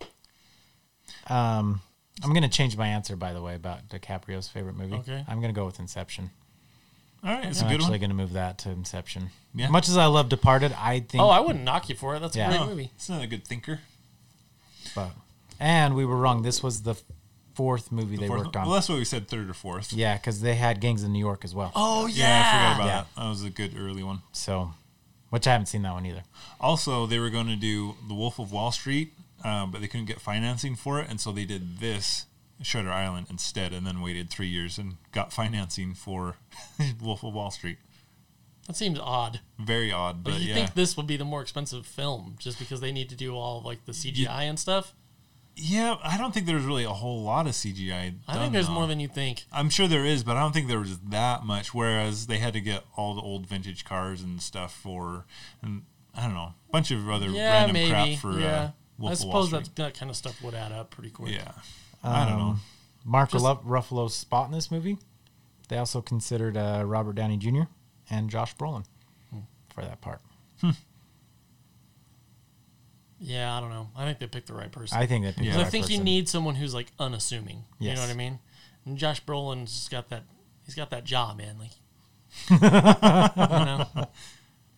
C: Um, I'm gonna change my answer by the way about DiCaprio's favorite movie.
A: Okay.
C: I'm gonna go with Inception.
B: All right, it's
C: I'm
B: a good
C: actually
B: one.
C: gonna move that to Inception.
B: Yeah.
C: Much as I love Departed, I think.
A: oh, I wouldn't knock you for it. That's a
C: Yeah.
A: great
B: No,
A: movie.
B: It's not a good thinker.
C: but- and we were wrong. This was the fourth movie they
B: Fourth-
C: worked on.
B: Well, that's what we said, third or fourth.
C: yeah, because they had Gangs in New York as well.
A: Oh
B: Yeah, I forgot about
C: Yeah.
B: that. That was a good early one.
C: So, which I haven't seen that one either.
B: Also, they were going to do The Wolf of Wall Street, uh, but they couldn't get financing for it, and so they did this Shutter Island instead, and then waited three years and got financing for Wolf of Wall Street.
A: That seems odd.
B: Very odd, but,
A: But you
B: yeah,
A: think this would be the more expensive film just because they need to do all of, like the CGI and stuff?
B: yeah. I don't think there's really a whole lot of CGI.
A: I
B: done,
A: think there's
B: though.
A: more than you think.
B: I'm sure there is, but I don't think there was that much. Whereas they had to get all the old vintage cars and stuff for, and I don't know, a bunch of other
A: Yeah,
B: random
A: maybe.
B: crap for. Uh,
A: yeah, I
B: Wolf of Wall
A: suppose
B: Street.
A: that that kind of stuff would add up pretty quick.
B: Yeah, I don't
C: Um,
B: know.
C: Mark Ruff- Ruffalo's spot in this movie. They also considered uh, Robert Downey Jr. and Josh Brolin for that part.
A: yeah. I don't know. I think they picked the right person.
C: I think that.
B: Yeah.
A: Because I think you need someone who's like unassuming. You
C: Yes.
A: know what I mean? And Josh Brolin's just got that. He's got that jaw, man. Like, you know.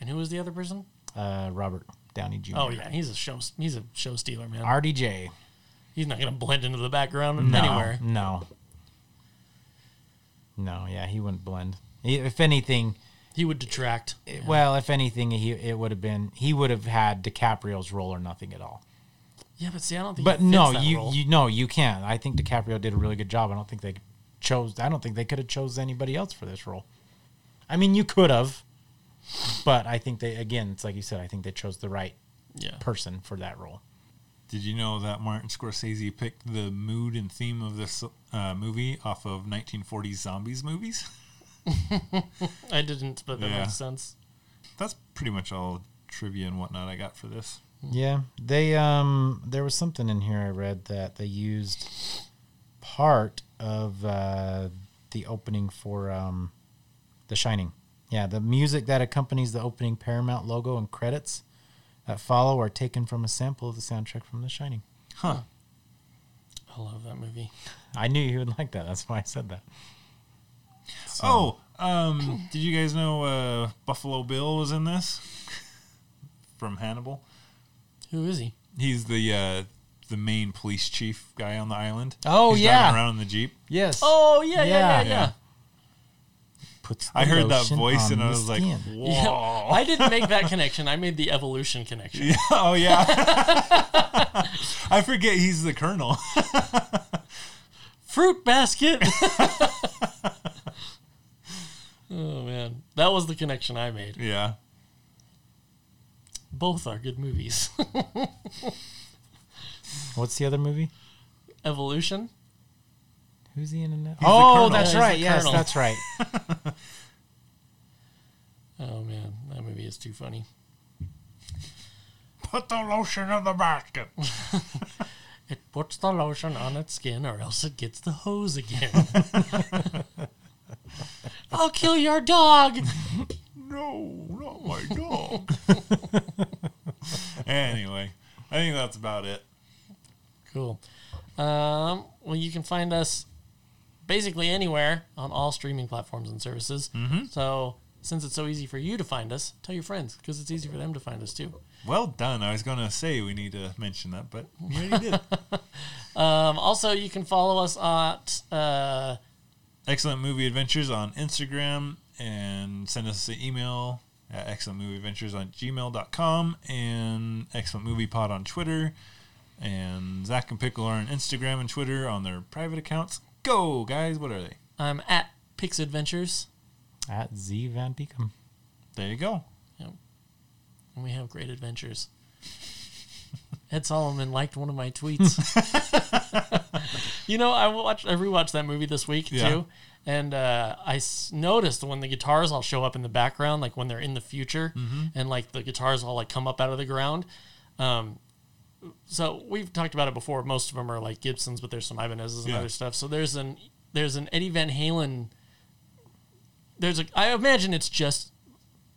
A: And who was the other person?
C: uh, Robert Downey Jr.
A: Oh yeah, he's a show. He's a show stealer, man.
C: RDJ.
A: He's not gonna blend into the background
C: No,
A: anywhere.
C: No. No, yeah, he wouldn't blend. He- If anything,
A: He would detract.
C: it- well, if anything, he it would have been he would have had DiCaprio's role or nothing at all.
A: Yeah, but see, I don't think.
C: But
A: he fits
C: no,
A: that
C: you
A: role.
C: you no, you can't. I think DiCaprio did a really good job. I don't think they chose. I don't think they could have chose anybody else for this role. I mean, you could have, but I think they again, it's like you said. I think they chose the right
A: yeah.
C: person for that role.
B: Did you know that Martin Scorsese picked the mood and theme of this uh, movie off of 1940s zombies movies?
A: I didn't, but that
B: Yeah.
A: makes sense.
B: That's pretty much all trivia and whatnot I got for this.
C: Yeah, they um there was something in here I read that they used part of uh, the opening for um, The Shining. Yeah, the music that accompanies the opening Paramount logo and credits that follow are taken from a sample of the soundtrack from The Shining.
B: Huh.
A: I love that movie.
C: I knew you would like that. That's why I said that. So-
B: Oh, Um, did you guys know uh, Buffalo Bill was in this from Hannibal?
A: Who is he?
B: He's the uh, the main police chief guy on the island.
C: Oh,
B: He's
C: yeah.
B: driving around in the jeep.
C: Yes.
A: Oh yeah, yeah, yeah,
C: Yeah.
A: yeah.
C: Puts
B: I
C: the
B: heard that
C: lotion
B: voice
C: on
B: and
C: the
B: I was like,
C: skin.
B: whoa.
A: Yeah. I didn't make that connection. I made the evolution connection.
B: Yeah, oh yeah. I forget he's the colonel.
A: Fruit basket. oh man, that was the connection I made.
B: yeah.
A: Both are good movies.
C: what's the other movie?
A: evolution.
C: Who's he in? in that?
B: the
C: Oh,
B: colonel.
C: that's
A: He's the
C: right. Yes,
A: colonel.
C: that's right.
A: Oh man, that movie is too funny.
B: Put the lotion in the basket.
A: It puts the lotion on its skin, or else it gets the hose again. I'll kill your dog.
B: No, not my dog. anyway, I think that's about it.
A: Cool. Um, well, you can find us basically anywhere on all streaming platforms and services. So, since it's so easy for you to find us, tell your friends because it's easy for them to find us too.
B: Well done. I was going to say we need to mention that, but you already did.
A: Um, also, you can follow us at uh,
B: Excellent Movie Adventures on Instagram and send us an email at excellentmovieadventures on gmail.com and excellent movie pod on Twitter. And Zach and Pickle are on Instagram and Twitter on their private accounts. Go, guys. What are they?
A: I'm at Pix Adventures,
C: At Z Van Deacom.
B: There you go.
A: and we have great adventures. Ed Solomon liked one of my tweets. you know, I watched I rewatched that movie this week
B: Yeah.
A: too, and uh, I s- noticed when the guitars all show up in the background, like when they're in the future,
B: Mm-hmm.
A: and like the guitars all like come up out of the ground. Um, so we've talked about it before. Most of them are like Gibsons, but there's some Ibanez's and
B: Yeah.
A: other stuff. So there's an there's an Eddie Van Halen. There's a I imagine it's just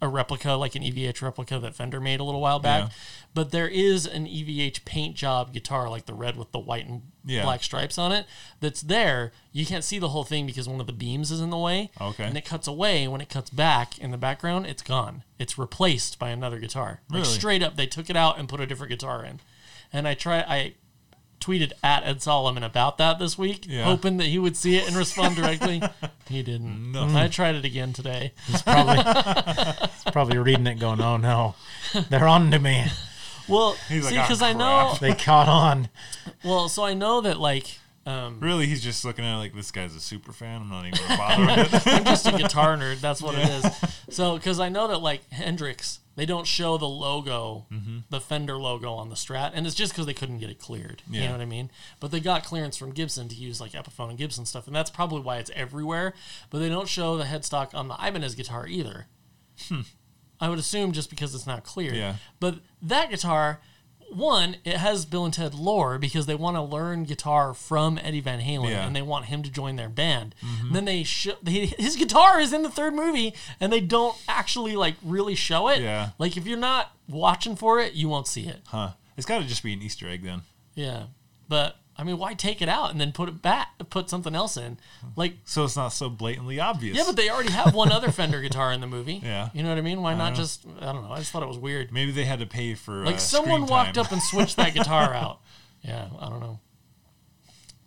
A: a replica, like an EVH replica that Fender made a little while back.
B: Yeah.
A: But there is an EVH paint job guitar, like the red with the white and
B: Yeah.
A: black stripes on it, that's there. You can't see the whole thing because one of the beams is in the way.
B: Okay.
A: And it cuts away. When it cuts back in the background, it's gone. It's replaced by another guitar. Like
B: Really?
A: straight up, they took it out and put a different guitar in. And I try I tweeted at Ed Solomon about that this week,
B: Yeah.
A: hoping that he would see it and respond directly. he didn't.
B: No.
A: I tried it again today.
C: He's probably he's probably reading it, going, "Oh no, they're on to me.
A: Well, see,
B: He's like, "Ah,
A: because I know.
C: They caught on."
A: Well, so I know that like um,
B: Really, he's just looking at it like this guy's a super fan. I'm not even going to bother with it.
A: I'm just a guitar nerd. That's what it is. So, because I know that like Hendrix, they don't show the logo,
B: Mm-hmm.
A: the Fender logo on the Strat, and it's just because they couldn't get it cleared. You
B: Yeah.
A: know what I mean? But they got clearance from Gibson to use like Epiphone and Gibson stuff, and that's probably why it's everywhere. But they don't show the headstock on the Ibanez guitar either. I would assume just because it's not cleared.
B: Hmm. Yeah.
A: But that guitar. One, it has Bill and Ted lore because they want to learn guitar from Eddie Van Halen,
B: Yeah. Mm-hmm.
A: and they want him to join their band. And then they show they, his guitar is in the third movie, and they don't actually like really show it.
B: Yeah.
A: Like if you're not watching for it, you won't see it.
B: Huh. It's got to just be an Easter egg then.
A: Yeah. But I mean, why take it out and then put it back? Put something else in. Like
B: So it's not so blatantly obvious.
A: yeah, but they already have one other Fender guitar in the movie.
B: Yeah. Uh-huh.
A: You know what I mean? Why not just I don't know. I just thought it was weird.
B: Maybe they had to pay for
A: Like
B: uh,
A: someone
B: screen
A: walked
B: time.
A: up and switched that guitar out. Yeah, I don't know.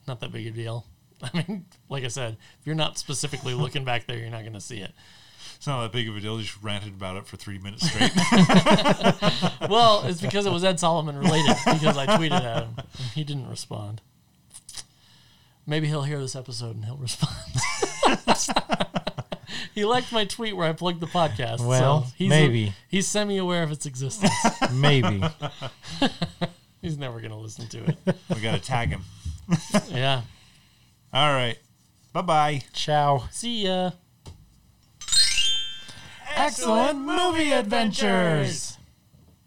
A: Not that big a deal. I mean, like I said, if you're not specifically looking back there, you're not going to see it.
B: It's not that big of a deal. Just ranted about it for three minutes straight.
A: Well, it's because it was Ed Solomon related because I tweeted at him. and He didn't respond. Maybe he'll hear this episode and he'll respond. he liked my tweet where I plugged the podcast. so
C: Well,
A: he's
C: maybe.
A: he's semi-aware of its existence.
C: Maybe.
A: he's never going to listen to it.
B: we got to tag him.
A: Yeah.
B: All right. Bye bye.
C: Ciao.
A: See ya.
C: Excellent movie adventures.